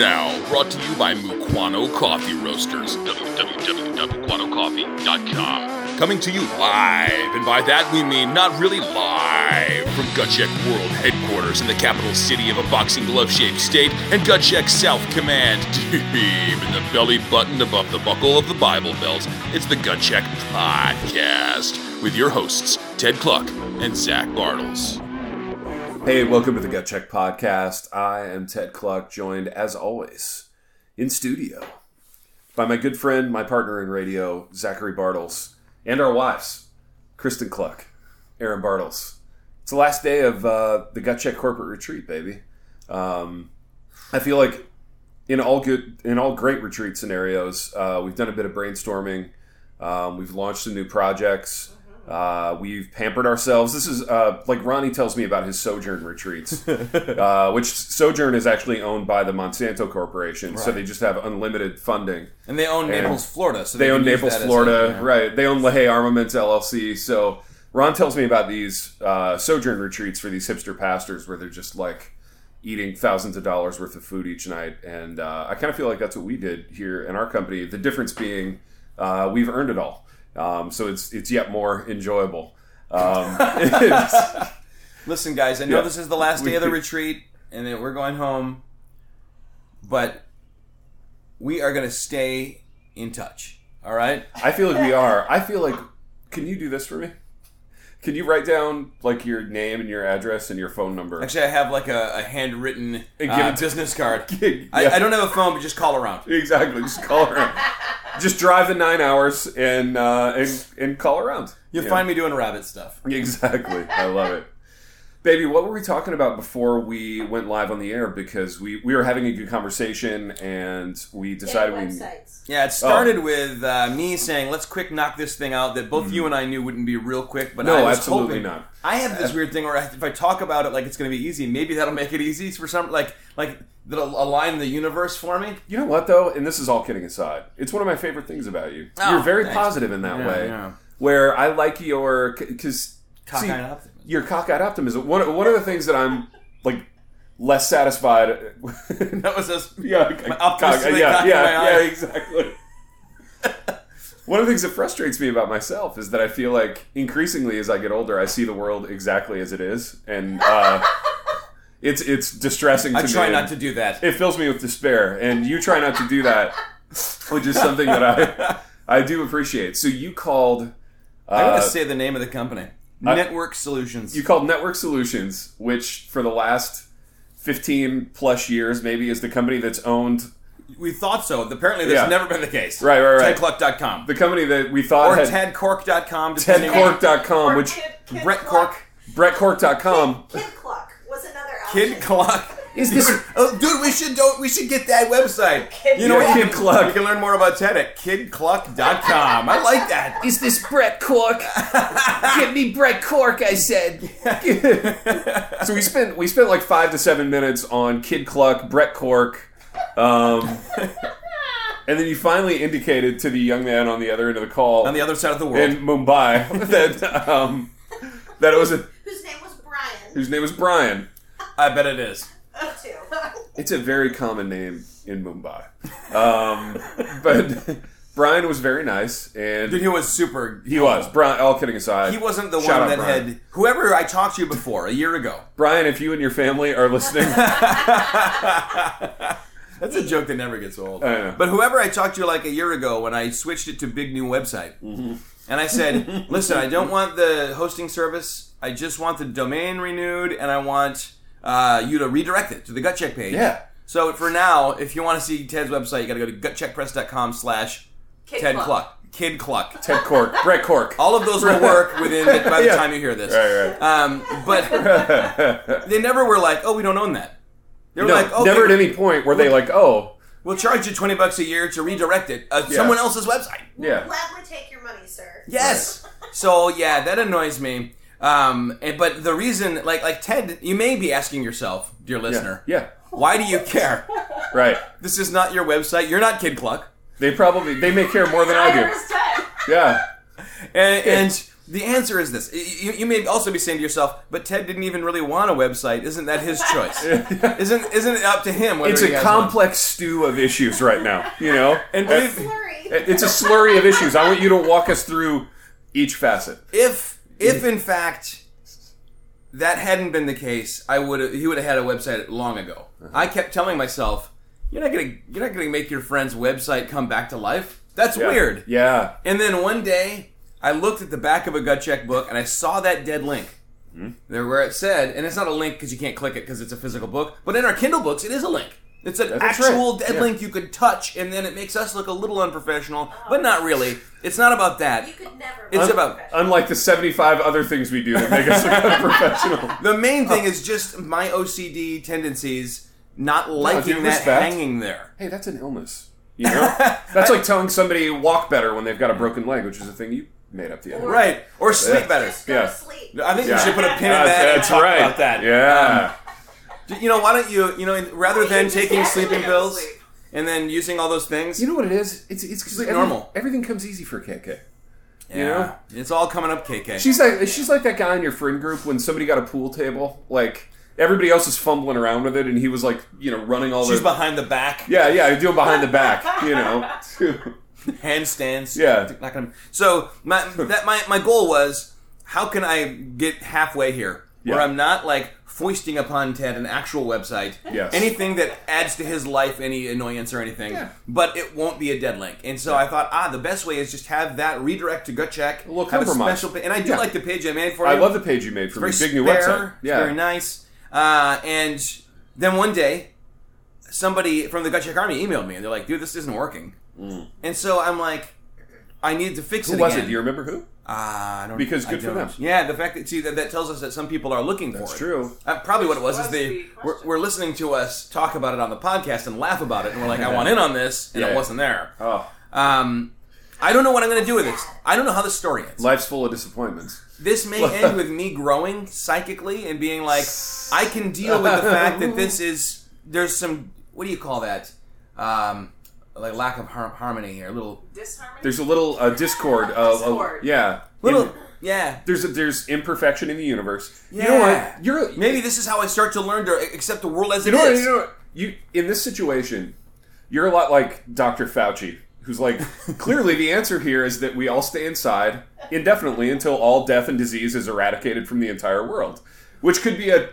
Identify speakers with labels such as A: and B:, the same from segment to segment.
A: brought to you by Mukwano Coffee Roasters. www.mukwanocoffee.com. Coming to you live, and by that we mean not really live, from Gutcheck World Headquarters in the capital city of a boxing glove shaped state and Gutcheck South Command, deep in the belly button above the buckle of the Bible Belt. It's the Gutcheck Podcast with your hosts, Ted Cluck and Zach Bartles.
B: Hey, welcome to the Gut Check Podcast. I am Ted Cluck, joined as always in studio by my good friend, my partner in radio, Zachary Bartles, and our wives, Kristen Cluck, Aaron Bartles. It's the last day of uh, the Gut Check Corporate Retreat, baby. Um, I feel like in all good, in all great retreat scenarios, uh, we've done a bit of brainstorming. Um, we've launched some new projects. Uh, we've pampered ourselves. This is uh, like Ronnie tells me about his Sojourn retreats, uh, which Sojourn is actually owned by the Monsanto Corporation, so they just have unlimited funding.
C: And they own Naples, Florida. So
B: They
C: can
B: own
C: use
B: Naples,
C: that as a-
B: Florida,
C: yeah.
B: right? They own LaHaye Armaments LLC. So Ron tells me about these uh, Sojourn retreats for these hipster pastors, where they're just like eating thousands of dollars worth of food each night, and uh, I kind of feel like that's what we did here in our company. The difference being uh, we've earned it all, um, so it's it's yet more enjoyable. Um,
C: Listen, guys, I know
B: Yeah.
C: this is the last day of the
B: We-
C: retreat, and that we're going home, but we are going to stay in touch. All right.
B: I feel like we are. I feel like. Can you do this for me? Can you write down like your name and your address and your phone number?
C: Actually, I have like a, a handwritten
B: Hey, give
C: uh,
B: it to-
C: business card.
B: Yeah.
C: I, I don't have a phone, but just call around.
B: Exactly. Just call around. Just drive the nine hours and uh, and and call around.
C: You'll
B: Yeah.
C: find me doing rabbit stuff.
B: exactly. I love it, baby. What were we talking about before we went live on the air? Because we we were having a good conversation and we decided
D: Gay
B: we
D: websites.
B: Oh.
C: Yeah, it started with uh, me saying, "Let's quick knock this thing out." That both you and I knew wouldn't be real quick, but
B: Mm-hmm. no,
C: I was
B: absolutely
C: hoping-
B: not. Uh,
C: I have this weird thing where I, if I talk about it like it's going to be easy, maybe that'll make it easy for some, like like that'll align the universe for me.
B: You know what though, and this is all kidding aside. It's one of my favorite things about you.
C: Oh,
B: You're very
C: thanks.
B: positive in that
C: Yeah,
B: way.
C: yeah.
B: Where I like your because
C: Cockeyed optimism.
B: Your cockeyed optimism. One one of the things that I'm like less satisfied.
C: That was us.
B: Yeah, I-
C: My
B: I-
C: optimistic
B: yeah,
C: cock in
B: yeah,
C: my
B: yeah,
C: eye.
B: exactly. One of the things that frustrates me about myself is that I feel like increasingly as I get older, I see the world exactly as it is, and uh, it's it's distressing. To
C: I try
B: me. Uh,
C: not to do that.
B: It fills me with despair, and you try not to do that, which is something that I I do appreciate. So you called.
C: I'm going
B: uh,
C: to say the name of the company:
B: I-
C: Network Solutions.
B: you called Network Solutions, which for the last fifteen plus years maybe is the company that's owned
C: we thought so. Apparently, that's
B: Yeah.
C: never been the case.
B: Right, right, right.
C: TedCluck.com
B: the company that we thought
C: or
B: had
C: TedCork.com. depending on- Um,
B: tedcork.com,
D: Or
B: which
D: Kid, Kid
C: Brett
D: Cluck.
C: Cork,
B: brettcork.com.
D: Kid Cluck was another option.
C: Kid Clock.
B: Is this-
C: dude, oh, dude? We should don't. We should get that website.
D: Kid
C: you know what?
B: Cluck.
C: you
B: Kid
C: can-
B: Cluck.
C: You can learn more about Ted at KidCluck.com. I like that.
B: Is this Brett Cork? Give me Brett Cork, I said. so we spent we spent like five to seven minutes on Kid Cluck, Brett Cork, um, and then you finally indicated to the young man on the other end of the call
C: on the other side of the world.
B: in Mumbai that um, that it was a,
D: Whose name was Brian.
B: whose name was Brian.
C: I bet it is.
D: Me too.
B: It's a very common name in Mumbai, um, but Brian was very nice and
C: Dude, he was super.
B: He was. Brian, all kidding aside.
C: He wasn't the
B: Shout
C: one
B: out
C: that
B: Brian.
C: had whoever I talked to before a year ago.
B: Brian, if you and your family are listening,
C: That's a joke that never gets old.
B: I know.
C: But whoever I talked to like a year ago when I switched it to big new website, and I said, "Listen, I don't want the hosting service. I just want the domain renewed, and I want uh, you to redirect it to the gut check page."
B: Yeah.
C: So for now, if you want to see Ted's website, you got to go to gutcheckpress.com/slash
D: Kid
C: Ted Cluck. Kid Cluck.
B: Ted Cork, Brett Cork.
C: All of those will work within the, by the time you hear this.
B: Right,
C: Um, but they never were like, "Oh, we don't own that." They were
B: No,
C: like, "Oh,
B: never
C: they-
B: at any point were they like, oh,
C: We'll charge you twenty bucks a year to redirect it uh,
B: Yeah.
C: someone else's website."
B: yeah.
D: Glad we take your money, sir.
C: Yes. so yeah, that annoys me. Um, and, but the reason, like, like Ted, you may be asking yourself, dear
B: Yeah.
C: listener,
B: yeah,
C: why do you care?
B: right.
C: this is not your website. You're not Kid Cluck.
B: They probably, they may care more than I do.
D: Ted.
B: Yeah.
C: And, and The answer is this. You, you may also be saying to yourself, but Ted didn't even really want a website. Isn't that his choice? isn't isn't it up to him? Whether
B: It's
C: he
B: a
C: has one?
B: complex stew of issues right now, you know?
C: And believe,
D: Slurry.
B: It's a slurry of issues. I want you to walk us through each facet.
C: if if in fact that hadn't been the case, I would he would have had a website long ago.
B: Uh-huh.
C: I kept telling myself, you're not gonna you're not gonna make your friend's website come back to life. That's
B: Yeah.
C: weird.
B: Yeah.
C: And then one day, I looked at the back of a gut check book and I saw that dead link.
B: Hmm?
C: There where it said, and it's not a link because you can't click it because it's a physical book, but in our Kindle books, it is a link. It's an
B: That's right.
C: actual dead
B: Yeah.
C: link you could touch, and then it makes us look a little unprofessional, but not really. It's not about that.
D: You could never.
C: It's
D: be
C: about-
D: professional.
B: Unlike the 75 other things we do that make us look unprofessional.
C: The
B: Oh.
C: main thing is just my OCD tendencies not liking
B: due
C: that
B: respect.
C: hanging there.
B: Hey, that's an illness. You know? That's like telling somebody walk better when they've got a broken leg, which is a thing you made up the other day.
C: Right. Or sleep better.
D: Just go
B: Yeah.
D: to sleep.
C: I think
B: Yeah.
C: we should put a pin in
B: That's,
C: that and
B: that's
C: talk
B: right.
C: about that.
B: Yeah.
C: Um, you know, why don't you, you know, rather
D: You
C: than
D: just
C: taking
D: have to
C: sleeping
D: go to
C: pills
D: sleep.
C: and then using all those things,
B: you know what it is? It's it's 'cause
C: Sleep
B: every-
C: normal.
B: Everything comes easy for KK.
C: Yeah. It's all coming up, KK.
B: She's like she's like that guy in your friend group when somebody got a pool table, like everybody else is fumbling around with it, and he was like, you know, running all
C: She's
B: the
C: behind the back,
B: yeah, yeah, doing behind the back, you know.
C: handstands.
B: Yeah.
C: Not gonna- So my that my, my goal was how can I get halfway here where
B: Yeah.
C: I'm not like foisting upon Ted an actual website.
B: Yes.
C: Anything that adds to his life any annoyance or anything.
B: Yeah.
C: But it won't be a dead link. And so I thought, ah, the best way is just have that redirect to gut check.
B: little
C: have a
B: compromise.
C: special pa- and I do
B: Yeah.
C: like the page I made for
B: I
C: you.
B: love the page you made for me.
C: very
B: Big new
C: spare,
B: website.
C: it's
B: Yeah.
C: very nice. Uh, and then one day, somebody from the Gut Check Army emailed me, and they're like, "Dude, this isn't working." And so I'm like, "I need to fix
B: Mm. Who
C: it."
B: was
C: again.
B: it? Do you remember who?
C: Ah, I don't
B: Because
C: I
B: good for
C: don't.
B: them.
C: Yeah, the fact that see that, that tells us that some people are looking for
B: That's
C: it.
B: true.
C: Uh, probably what it was is
E: Which was
C: they
E: the
C: were,
E: question.
C: were listening to us talk about it on the podcast and laugh about it, and we're like, "I want in on this," and
B: Yeah.
C: it wasn't there.
B: Oh,
C: Um, I don't know what I'm going to do with this. I don't know how the story ends.
B: life's full of disappointments.
C: This may end with me growing psychically and being like, I can deal with the fact that this is there's some what do you call that? Um, like lack of har- harmony here, little
E: Disharmony.
B: There's a little uh, discord. Of,
E: Discord.
B: yeah.
C: little
B: In-
C: yeah.
B: there's a, there's imperfection in the universe. You know
C: Yeah.
B: what? You're
C: Maybe this is how I start to learn to e-, accept the world as it
B: You
C: is.
B: know, what, you know what? You in this situation, you're a lot like Dr. Fauci, who's like, clearly the answer here is that we all stay inside indefinitely until all death and disease is eradicated from the entire world, which could be a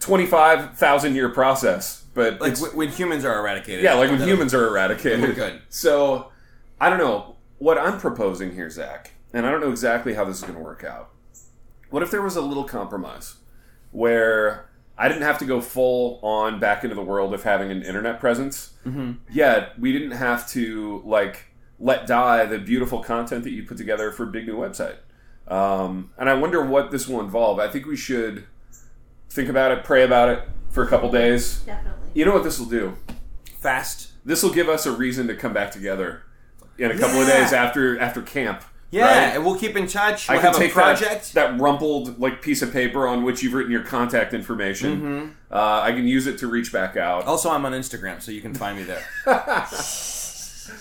B: twenty-five thousand year process. But
C: like
B: it's-
C: w- when humans are eradicated.
B: yeah, like when
C: That'll-
B: humans are eradicated.
C: good.
B: So I don't know what I'm proposing here, Zach, and I don't know exactly how this is going to work out. What if there was a little compromise where I didn't have to go full on back into the world of having an internet presence, yet we didn't have to like let die the beautiful content that you put together for big new website. Um, and I wonder what this will involve. I think we should think about it, pray about it for a couple days.
D: Definitely.
B: You know what this will do?
C: fast.
B: this will give us a reason to come back together in a couple of
C: Yeah.
B: days after after camp.
C: Yeah,
B: right?
C: and we'll keep in touch.
B: I
C: We'll
B: can
C: have
B: take
C: a project.
B: That, that rumpled like piece of paper on which you've written your contact information.
C: Mm-hmm.
B: Uh, I can use it to reach back out.
C: also, I'm on Instagram, so you can find me there.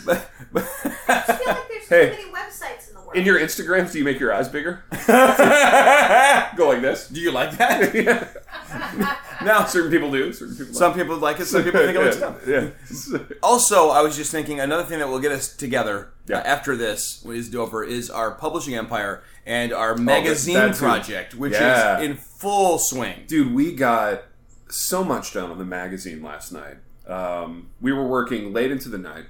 D: I feel like there's
B: Hey.
D: too many websites in the world.
B: In your Instagrams, do you make your eyes bigger? Go like this.
C: Do you like that?
B: yeah.
C: No.
B: Certain people do. Certain people.
C: Some people like it. Some people think it looks dumb.
B: it looks dumb. Yeah.
C: Also, I was just thinking another thing that will get us together
B: Yeah.
C: uh, after this is over is our publishing empire and our magazine
B: Oh, that too.
C: project, which
B: Yeah.
C: is in full swing.
B: Dude, we got so much done on the magazine last night. Um, we were working late into the night.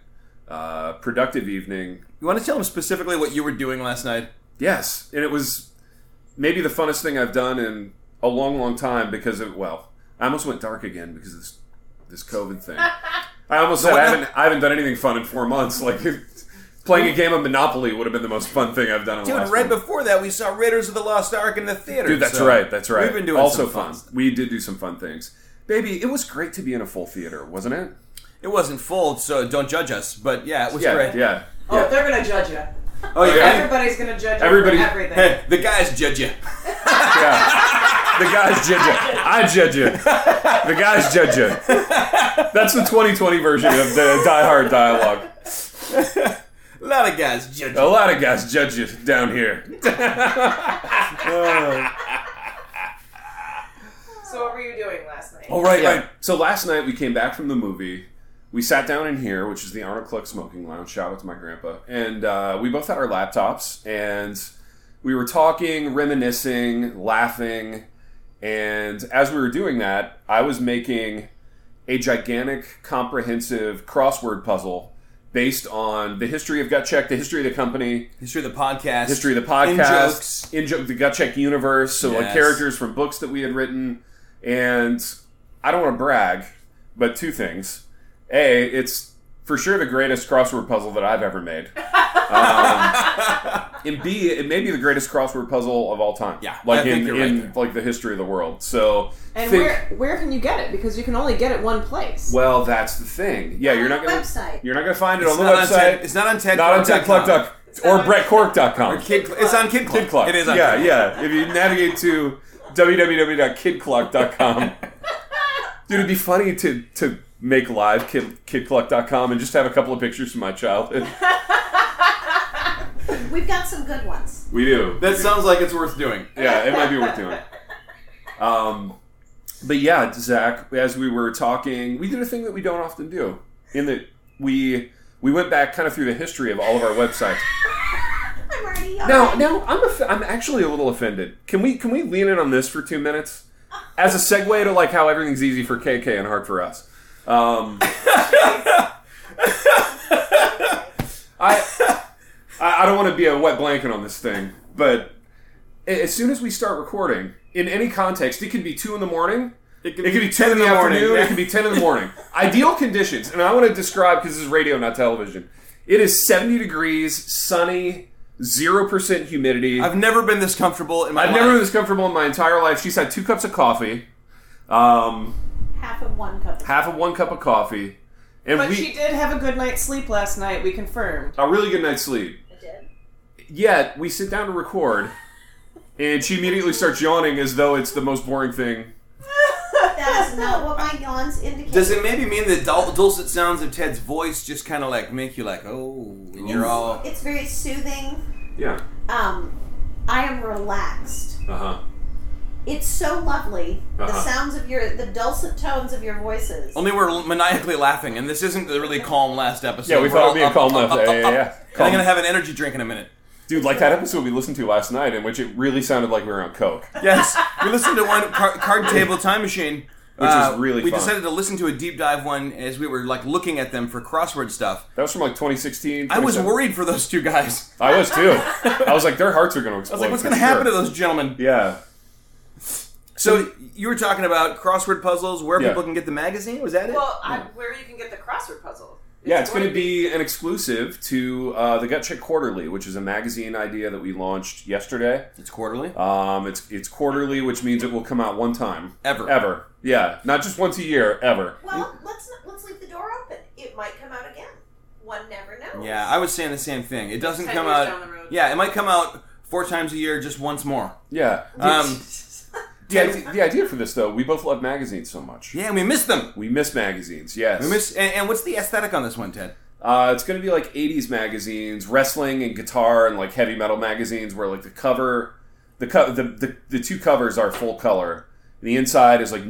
B: Uh, productive evening.
C: You want to tell them specifically what you were doing last night?
B: Yes, and it was maybe the funnest thing I've done in a long, long time because of well, I almost went dark again because of this this COVID thing. I almost said I
C: what-
B: haven't I haven't done anything fun in four months. Like playing a game of Monopoly would have been the most fun thing I've done. In the
C: Dude,
B: last
C: right
B: month.
C: before that, we saw Raiders of the Lost Ark in the theater.
B: Dude, that's
C: so
B: right. That's right.
C: We've been doing
B: also
C: some fun.
B: fun. We did do some fun things. Baby, it was great to be in a full theater, wasn't it?
C: It wasn't full, so don't judge us. But yeah, it was
B: Yeah,
C: great.
B: yeah.
E: oh, they're gonna judge you.
C: Oh yeah,
E: Everybody's gonna judge you
B: Everybody-
E: for everything.
C: Hey, the guys judge you.
B: Yeah. The guys judge you. I judge you. The guys judge you. That's the 2020 version of the Die Hard dialogue.
C: lot of guys judge.
B: A lot of guys judge you down here.
E: So what were you doing last night?
B: Oh, right,
C: Yeah.
B: right. So last night we came back from the movie. We sat down in here, which is the Arnold Cluck Smoking Lounge. Shout out to my grandpa. And uh, we both had our laptops, and we were talking, reminiscing, laughing. And as we were doing that, I was making a gigantic, comprehensive crossword puzzle based on the history of Gut Check, the history of the company,
C: History of the podcast.
B: history of the
C: In
B: podcast,
C: jokes.
B: in joke, the gut check universe. So like
C: Yes.
B: characters from books that we had written, and I don't want to brag, but two things: a, it's for sure the greatest crossword puzzle that I've ever made, um, and b, it may be the greatest crossword puzzle of all time.
C: Yeah, I
B: like
C: think
B: in,
C: you're right
B: in
C: there.
B: like the history of the world. So
E: And
B: think-
E: where where can you get it? Because you can only get it one place.
B: Well, that's the thing. Yeah, you're not
D: On
B: gonna
D: the website.
B: you're not gonna find it
C: It's
B: on the
C: not on
B: website.
C: Ted- it's not on Ted.
B: not on
C: Club.
B: TedCluck.com
E: It's
B: or
E: not on-
B: BrettCork.com.
C: Or Kid. Cl- It's on Kid Club.
B: Kid Club.
C: It is. On
B: yeah,
C: Kid Club.
B: yeah. If you navigate to www.kidcluck.com, dude, it'd be funny to to make live kid, kidcluck.com and just have a couple of pictures from my childhood.
D: We've got some good ones.
B: We do.
C: That sounds like it's worth doing.
B: yeah, it might be worth doing. Um, but yeah, Zach, as we were talking, we did a thing that we don't often do in that we we went back kind of through the history of all of our websites.
D: I'm already on.
B: Now, now I'm off- I'm actually a little offended. Can we can we lean in on this for two minutes as a segue to like how everything's easy for KK and hard for us? Um, I I I don't want to be a wet blanket on this thing, but a- as soon as we start recording in any context, it could be two in the morning.
C: It
B: It could be ten in the,
C: morning,
B: afternoon.
C: yeah.
B: It could be ten in the morning. Ideal conditions, and I want to describe because this is radio, not television. It is seventy degrees, sunny, zero percent humidity. I've,
C: I've never been this comfortable in my life.
B: never been this comfortable in my entire life. She's had two cups of coffee, um,
D: Half of one cup. Of
B: half of one cup of coffee, and
E: but
B: we
E: she did have a good night's sleep last night. We confirmed.
B: a really good night's sleep.
D: I did.
B: Yet we sit down to record, and she immediately starts yawning as though it's the most boring thing.
D: That is not what my yawns indicate.
C: Does it maybe mean the dul- dulcet sounds of Ted's voice just kind of like make you like, oh, and you're all.
D: It's very soothing.
B: Yeah.
D: Um, I am relaxed.
B: Uh huh.
D: It's so lovely. The
B: Uh-huh. Oh,
D: sounds of your, the dulcet tones of your voices.
C: Only we're maniacally laughing, and this isn't the really calm last episode.
B: Yeah, we
C: We're
B: thought
C: all
B: it'd be a
C: up,
B: calm
C: up,
B: left.
C: up,
B: Yeah, yeah,
C: up,
B: yeah.
C: up. And
B: Calm.
C: I'm gonna have an energy drink in a minute.
B: Dude, like that episode we listened to last night, in which it really sounded like we were on coke.
C: Yes, we listened to one car- card table time machine, uh,
B: Which is really
C: We
B: fun.
C: decided to listen to a deep dive one as we were like looking at them for crossword stuff.
B: That was from like 2016.
C: I was
B: 2017.
C: worried for those two guys.
B: I was too. I was like, their hearts are going to
C: I
B: explode.
C: was like, what's
B: Oh, for
C: gonna happen to
B: sure.
C: those gentlemen?
B: Yeah.
C: So you were talking about crossword puzzles, where
B: Yeah.
C: people can get the magazine. Was that it?
E: Well, I, where you can get the crossword puzzle.
B: Yeah, it's going to be an exclusive to uh, the Gut Check Quarterly, which is a magazine idea that we launched yesterday.
C: it's quarterly.
B: Um, it's it's quarterly, which means it will come out one time
C: Ever.
B: ever. Yeah, not just once a year, ever.
D: Well, let's not, let's leave the door open. It might come out again. One never knows.
C: Yeah, I was saying the same thing. It doesn't
E: Ten
C: come
E: years
C: out.
E: down the road.
C: Yeah, it might come out four times a year, just once more.
B: Yeah.
C: Um,
B: the, idea, the idea for this, though, we both love magazines so much.
C: yeah, we missed them.
B: We miss magazines. Yes.
C: We miss. And, and what's the aesthetic on this one, Ted?
B: Uh, it's going to be like 80s magazines, wrestling and guitar and like heavy metal magazines where like the cover, the, co- the, the, the two covers are full color. The inside is like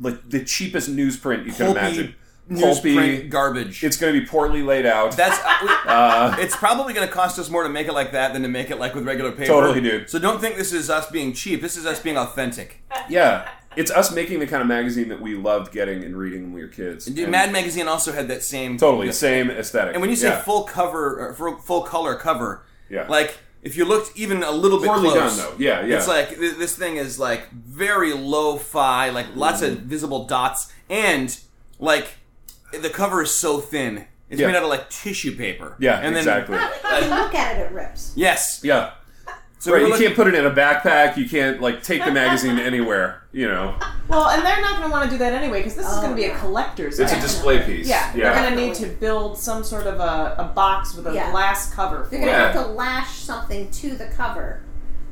B: like the cheapest newsprint you can imagine. Pulpy.
C: newsprint garbage.
B: It's going to be poorly laid out.
C: That's.
B: Uh,
C: it's probably going to cost us more to make it like that than to make it like with regular paper.
B: Totally, dude.
C: So don't think this is us being cheap. This is us being authentic.
B: yeah. It's us making the kind of magazine that we loved getting and reading when we were kids.
C: Dude,
B: And
C: Mad Magazine also had that same.
B: totally, same aesthetic.
C: And when you say
B: Yeah.
C: full cover, or full- full color cover,
B: Yeah.
C: like if you looked even a little bit
B: poorly
C: close,
B: done though, yeah, yeah.
C: It's like th- this thing is like very lo-fi, like lots
B: Mm.
C: of visible dots, and like the cover is so thin. It's
B: Yeah.
C: made out of like tissue paper.
B: yeah,
C: and then,
B: exactly.
D: If you look at it, it rips.
C: Yes.
B: Yeah.
C: So
B: right,
C: we
B: you
C: were
B: can't put it in a backpack. You can't like take the magazine anywhere. You know,
E: Well, and they're not going to want to do that anyway because this is
D: Oh,
E: going to be a
D: yeah.
E: collector's.
B: it's a
E: item.
B: display piece.
E: Yeah, they're going to need to build some sort of a, a box with a
D: Yeah.
E: glass cover. For
D: You're
E: it.
D: gonna
B: Yeah.
D: have to lash something to the cover.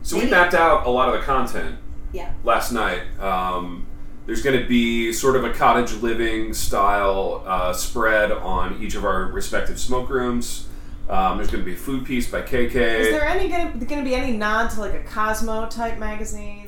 B: So we mapped out a lot of the content
D: Yeah.
B: last night. Um, there's going to be sort of a cottage living style uh, spread on each of our respective smoke rooms. Um, there's going to be a food piece by KK.
E: Is there any going to be any nod to like a Cosmo type magazine?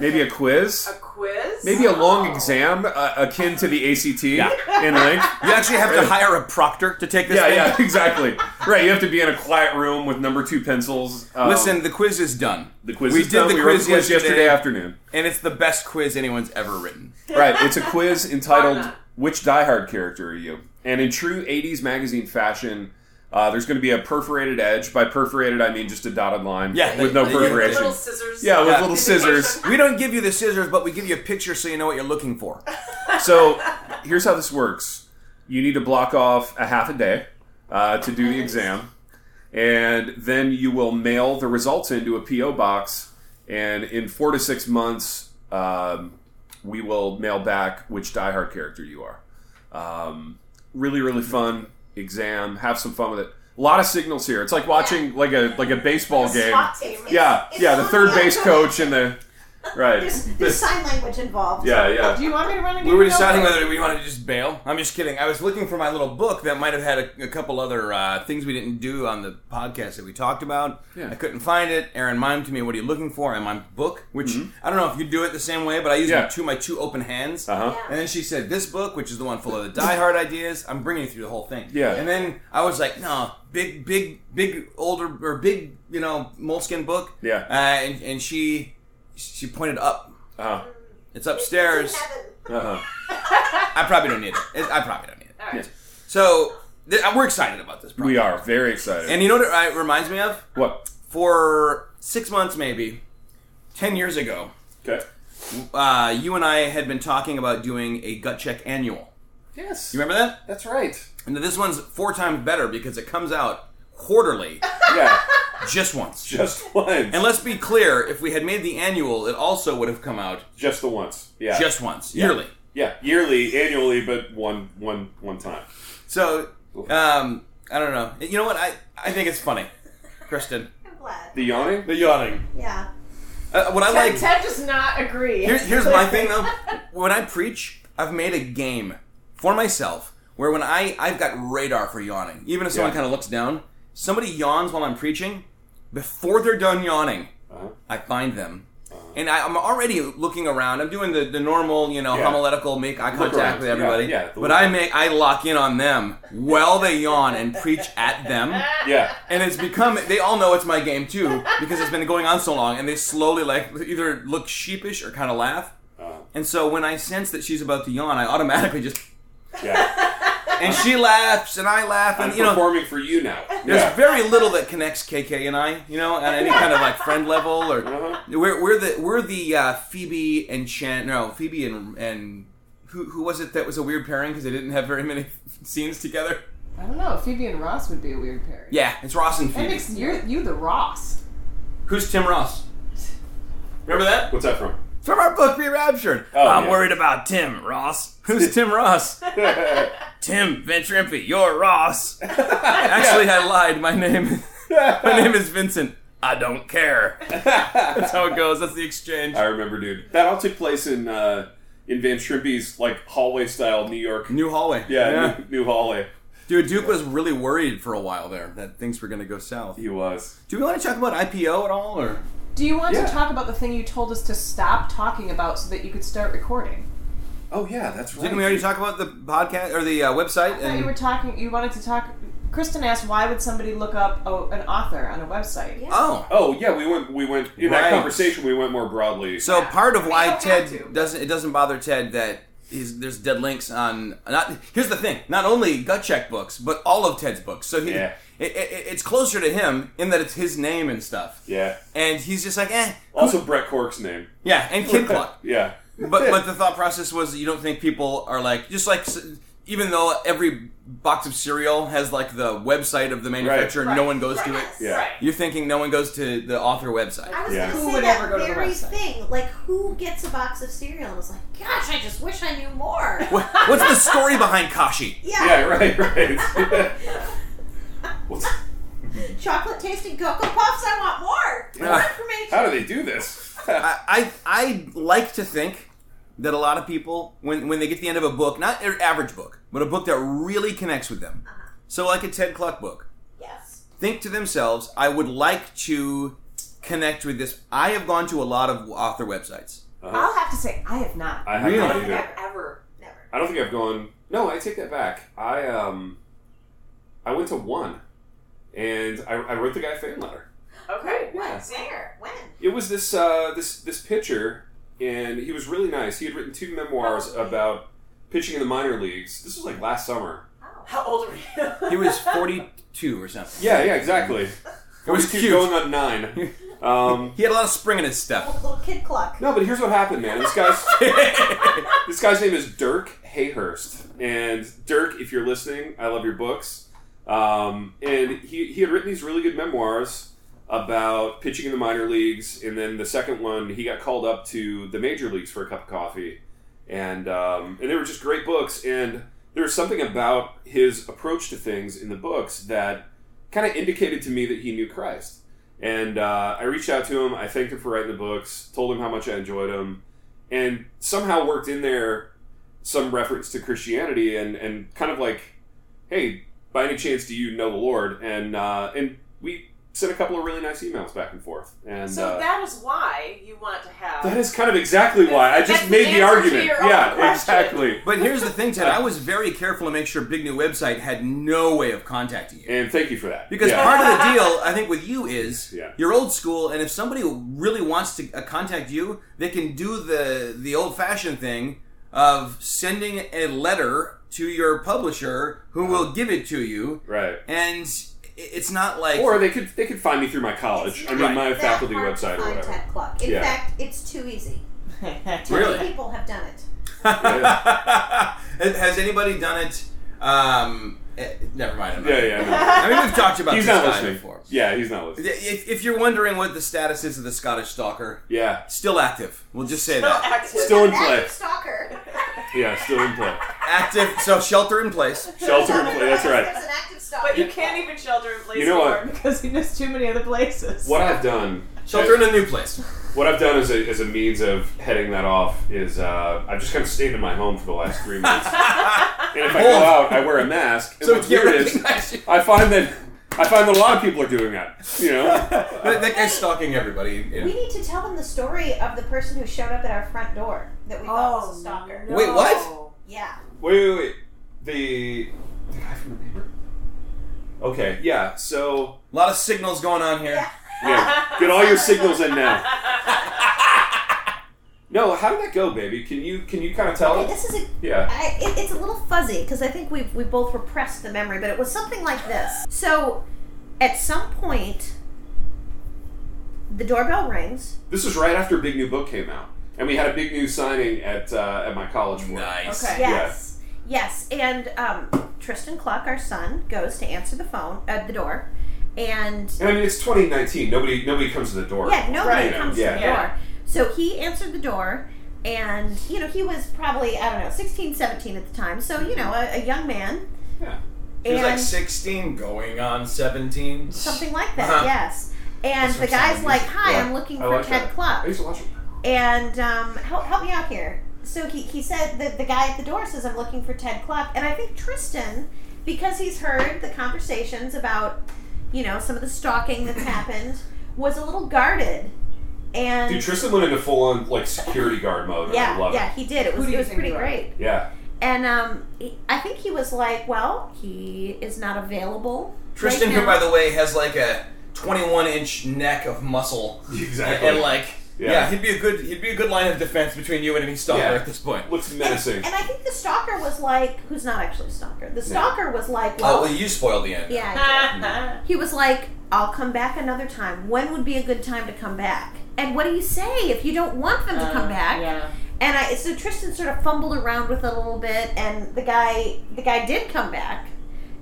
B: Maybe a quiz.
E: a quiz?
B: Maybe a long exam uh, akin to the ACT in length.
C: You actually have to hire a proctor to take this
B: Yeah,
C: thing.
B: yeah, exactly. Right, you have to be in a quiet room with number two pencils. Um,
C: Listen, the quiz is done.
B: the quiz
C: we
B: is
C: did
B: done.
C: the
B: we
C: quiz
B: wrote the quiz yesterday,
C: yesterday.
B: afternoon.
C: and it's the best quiz anyone's ever written.
B: Right, it's a quiz
E: Why
B: entitled
E: not?
B: "Which Die Hard Character Are You?" And in true '80s magazine fashion, uh, there's going to be a perforated edge. By perforated, I mean just a dotted line.
C: Yeah,
B: with no
C: they- they- they-
B: perforation.
E: Little scissors.
B: yeah, with
C: Yeah.
B: little scissors.
C: We don't give you the scissors, but we give you a picture so you know what you're looking for.
B: So here's how this works: you need to block off a half a day uh, to do the exam, and then you will mail the results into a PO box. And in four to six months, um, we will mail back which Die Hard character you are. Um, really, really
E: Mm-hmm.
B: fun exam. Have some fun with it. A lot of signals here. It's like watching like a like a baseball game.
E: SWAT
D: It's-
E: team.
D: it's-
B: Yeah,
D: it's
B: yeah. The
D: on
B: third
D: the
B: base
D: actual-
B: coach and the right.
D: There's, there's sign language involved.
B: Yeah, yeah.
E: Do you want me to run again?
C: We were deciding whether we wanted to just bail. I'm just kidding. I was looking for my little book that might have had a, a couple other uh, things we didn't do on the podcast that we talked about.
B: Yeah.
C: I couldn't find it. Aaron mimed to me, "What are you looking for?" I mimed book, which I don't know if you do it the same way, but I use
B: Mm-hmm. Yeah.
C: my two my two open hands.
B: Uh huh.
D: Yeah.
C: And then she said, "This book, which is the one full of the Die Hard ideas, I'm bringing you through the whole thing."
B: Yeah.
C: And then I was like, "No, big, big, big older or big, you know, moleskin book."
B: Yeah.
C: Uh, and and she she pointed up.
B: Uh
C: It's
D: It's in
C: upstairs.
D: heaven.
B: huh. Uh huh.
C: I probably don't need it. It- I probably don't need it.
E: All right.
C: So th- we're excited about this. Project.
B: We are very excited.
C: And you know what it uh, reminds me of?
B: what?
C: For six months, maybe ten years ago,
B: Okay.
C: uh, you and I had been talking about doing a gut check annual.
B: Yes.
C: You remember that?
B: That's right.
C: And this one's four times better because it comes out quarterly,
B: Yeah.
C: just once.
B: just once.
C: And let's be clear: if we had made the annual, it also would have come out
B: just the once. Yeah.
C: just once,
B: Yeah.
C: yearly.
B: yeah. Yearly, annually, but one one one time.
C: So, um, I don't know. You know what? I I think it's funny, Kristen.
D: I'm glad.
B: The yawning.
C: The yawning.
D: yeah.
C: Uh, what I
E: Ted,
C: like.
E: Ted does not agree.
C: Here, here's my thing though. When I preach, I've made a game for myself where when I I've got radar for yawning. Even if someone
B: Yeah.
C: kind of looks down, somebody yawns while I'm preaching. Before they're done yawning,
B: Uh-huh.
C: I find them. And I, I'm already looking around. I'm doing the, the normal, you know,
B: Yeah.
C: homiletical, make eye
B: Look around.
C: contact with everybody.
B: Yeah, yeah, the
C: but
B: look.
C: I make I lock in on them while they yawn and preach at them.
B: Yeah.
C: And it's become they all know it's my game too because it's been going on so long, and they slowly like either look sheepish or kind of laugh.
B: Uh,
C: And so when I sense that she's about to yawn, I automatically just
B: yeah.
C: and she laughs and I laugh and
B: I'm
C: you know
B: performing for you now.
C: there's
B: Yeah.
C: very little that connects KK and I, you know, at any kind of like friend level or
B: Uh-huh.
C: we're, we're the we're the uh, Phoebe and Chan no Phoebe and and who who was it that was a weird pairing because they didn't have very many scenes together.
E: I don't know. Phoebe and Ross would be a weird pair.
C: Yeah, it's Ross and
E: That
C: Phoebe.
E: makes you you the Ross.
C: Who's Tim Ross? Remember that?
B: What's that from?
C: It's from our book Recaptured.
B: Oh,
C: I'm
B: yeah.
C: worried about Tim Ross. Who's Tim Ross? Tim Vince Rimpy, you're Ross. Actually, I lied. My name, my name is Vincent. I don't care. That's how it goes. That's the exchange.
B: I remember, dude. That all took place in uh, in Van Shrimpy's like hallway style New York.
C: New hallway.
B: Yeah, New, new hallway.
C: Dude, Duke was really worried for a while there that things were going to go south.
B: He was.
C: Do we want to talk about IPO at all, or
E: Do you want
B: Yeah.
E: to talk about the thing you told us to stop talking about so that you could start recording?
B: Oh yeah, that's right.
C: didn't we already talk about the podcast or the uh, website?
E: I thought you were talking. You wanted to talk. Kristen asked, "Why would somebody look up a, an author on a website?"
D: Yeah.
C: oh,
B: Oh yeah, we went. We went in that
C: Right.
B: conversation. We went more broadly.
C: So part of why
E: don't have to.
C: Ted doesn't it doesn't bother Ted that he's, there's dead links on not here's the thing not only gut check books but all of Ted's books so he
B: Yeah.
C: it, it, it's closer to him in that it's his name and stuff
B: yeah.
C: and he's just like eh
B: Also, Brett Cork's name.
C: yeah and Kid Clock
B: Yeah.
C: but but the thought process was you don't think people are like just like s- even though every box of cereal has like the website of the manufacturer no one goes to it
D: Yes.
B: Yeah. Right.
C: you're thinking no one goes to the author website
D: I was
B: Yeah.
D: gonna
E: Who
D: say
E: would
D: that
E: ever go to the
D: very
E: website?
D: thing. Like, who gets a box of cereal and is like, "Gosh, I just wish I knew more."
C: What- what's the story behind Kashi
B: Yeah,
D: yeah.
B: right, right. What's-
D: Chocolate tasting cocoa puffs. I want more. More
C: Yeah.
D: information.
B: How do they do this?
C: I, I I like to think that a lot of people, when when they get to the end of a book, not an average book, but a book that really connects with them. So, like a Ted Cluck book, think to themselves, I would like to connect with this. I have gone to a lot of author websites.
E: I'll have to say I have not.
B: Uh-huh. I have
C: Really?
B: not
D: I've
B: either.
D: never, ever, never.
B: I don't think I've gone. No, I take that back. I um, I went to one, and I, I wrote the guy a fan letter.
E: okay.
B: Yeah.
D: What? Where? When?
B: It was this uh, this this pitcher, and he was really nice. He had written two memoirs about pitching in the minor leagues. This was like last summer.
D: Oh.
F: How old are you?
C: He was 42 or something.
B: Yeah, yeah, exactly.
C: It was
B: We keep
C: cute.
B: going on nine. Um,
C: He had a lot of spring in his step.
D: Old little kid clock.
B: no, but here's what happened, man. This guy's this guy's name is Dirk Hayhurst, and Dirk, if you're listening, I love your books. Um, and he he had written these really good memoirs about pitching in the minor leagues, and then the second one he got called up to the major leagues for a cup of coffee, and um, and they were just great books. And there was something about his approach to things in the books that kind of indicated to me that he knew Christ. And uh, I reached out to him. I thanked him for writing the books. Told him how much I enjoyed them and somehow worked in there some reference to Christianity and, and kind of like, hey, by any chance do you know the Lord? And uh, and we sent a couple of really nice emails back and forth. And
F: so
B: uh,
F: that is why you want to have.
B: that is kind of exactly why I just
F: That's
B: made
F: the answer
B: the
F: to
B: argument.
F: your own
B: Yeah,
F: question.
B: exactly.
C: But here's the thing, Ted. I was very careful to make sure Big New Website had no way of contacting you.
B: And thank you for that.
C: Because
B: yeah.
C: part of the deal, I think, with you is
B: Yeah.
C: you're old school, and if somebody really wants to uh, contact you, they can do the the old fashioned thing of sending a letter to your publisher, who will give it to you,
B: Uh-huh. right.
C: and i- it's not like
B: Or they could they could find me through my
D: It's
B: college. I
D: not
B: mean my
D: that
B: faculty
D: hard to
B: website or
D: find
B: whatever.
D: Ted Cluck. In
B: Yeah.
D: fact, it's too easy.
C: Really?
D: People have done it.
C: has anybody done it? Um, eh, never mind. I'm not-
B: Yeah, yeah.
C: I mean, we've talked
B: No.
C: about
B: He's
C: this
B: not
C: guy
B: listening.
C: before.
B: Yeah, he's not listening.
C: If, if you're wondering what the status is of the Scottish stalker,
B: Yeah.
C: still active. We'll just say that.
F: active.
B: Still in
D: An active
B: play.
D: Stalker.
B: Yeah, still in play.
C: Active, so shelter in place.
B: Shelter in place, that's right.
D: There's an active stalker.
F: but you can't even shelter in place
B: You know what?
F: anymore.
E: Because he knows too many other places.
B: What I've done
C: Shelter in a new place.
B: What I've done as a, as a means of heading that off is uh, I've just kind of stayed in my home for the last three months. and if I go out, I wear a mask. And
C: So
B: what's
C: you
B: weird is
C: recognize you.
B: I find that I find that a lot of people are doing that. You know,
C: But that guy's stalking everybody.
D: We need to tell them the story of the person who showed up at our front door that we thought
F: Oh,
D: was a stalker.
C: Wait, what?
D: Yeah.
B: wait, wait, wait. The the guy from the paper. Okay, yeah. So
C: A lot of signals going on here.
D: Yeah.
B: yeah, get all your signals in now. No, how did that go, baby? Can you can you kind of tell?
D: Okay, this is a
B: Yeah.
D: I, it, it's a little fuzzy because I think we've we both repressed the memory, but it was something like this. So, at some point, the doorbell rings.
B: This was right after Big New Book came out, and we had a big new signing at uh, at my college. for it.
C: Nice.
F: Okay.
D: Yes, yes, and um, Tristan Cluck, our son, goes to answer the phone at the door, and
B: And I mean, it's 2019. Nobody nobody comes to the door.
D: yeah, nobody
B: Right.
D: comes
B: Yeah.
D: to the
F: Yeah.
D: door. So he answered the door. And, you know, he was probably, I don't know, 16, 17 at the time. So, you know, a, a young man.
B: Yeah.
C: He was
D: and
C: like 16, going on 17.
D: Something like that,
C: Uh-huh.
D: yes. And
C: That's
D: the
C: what I'm
D: guy's
C: saying.
D: like, "Hi,
B: Yeah.
D: I'm looking
B: I
D: for
B: like
D: Ted
B: that. I
D: Cluck,
B: used to watch them.
D: and um, help, help me out here." So he, he said that the guy at the door says, "I'm looking for Ted Cluck," and I think Tristan, because he's heard the conversations about, you know, some of the stalking that's happened, was a little guarded, and
B: Dude, Tristan went into full on like security guard mode. and I
D: yeah,
B: love
D: yeah, he did. It
E: Who
D: was it
E: do you
D: was
E: think
D: pretty
E: you are?
D: great,
B: it. Yeah.
D: and um, he- I think he was like, "Well, he is not available."
C: Tristan,
D: right
C: who,
D: now."
C: by the way, has like a 21 inch neck of muscle.
B: Exactly.
C: And, like,
B: Yeah.
C: yeah. he'd be a good he'd be a good line of defense between you and any stalker
B: Yeah.
C: at this point.
B: Looks
D: And,
B: menacing.
D: and I think the stalker was like, who's not actually a stalker. The stalker was like, well,
C: Oh, well, you spoiled the end.
D: yeah. I
E: Ah.
D: did. He was like, I'll come back another time. When would be a good time to come back? And what do you say if you don't want them to come
E: Uh,
D: back?
E: Yeah.
D: And I so Tristan sort of fumbled around with it a little bit, and the guy the guy did come back,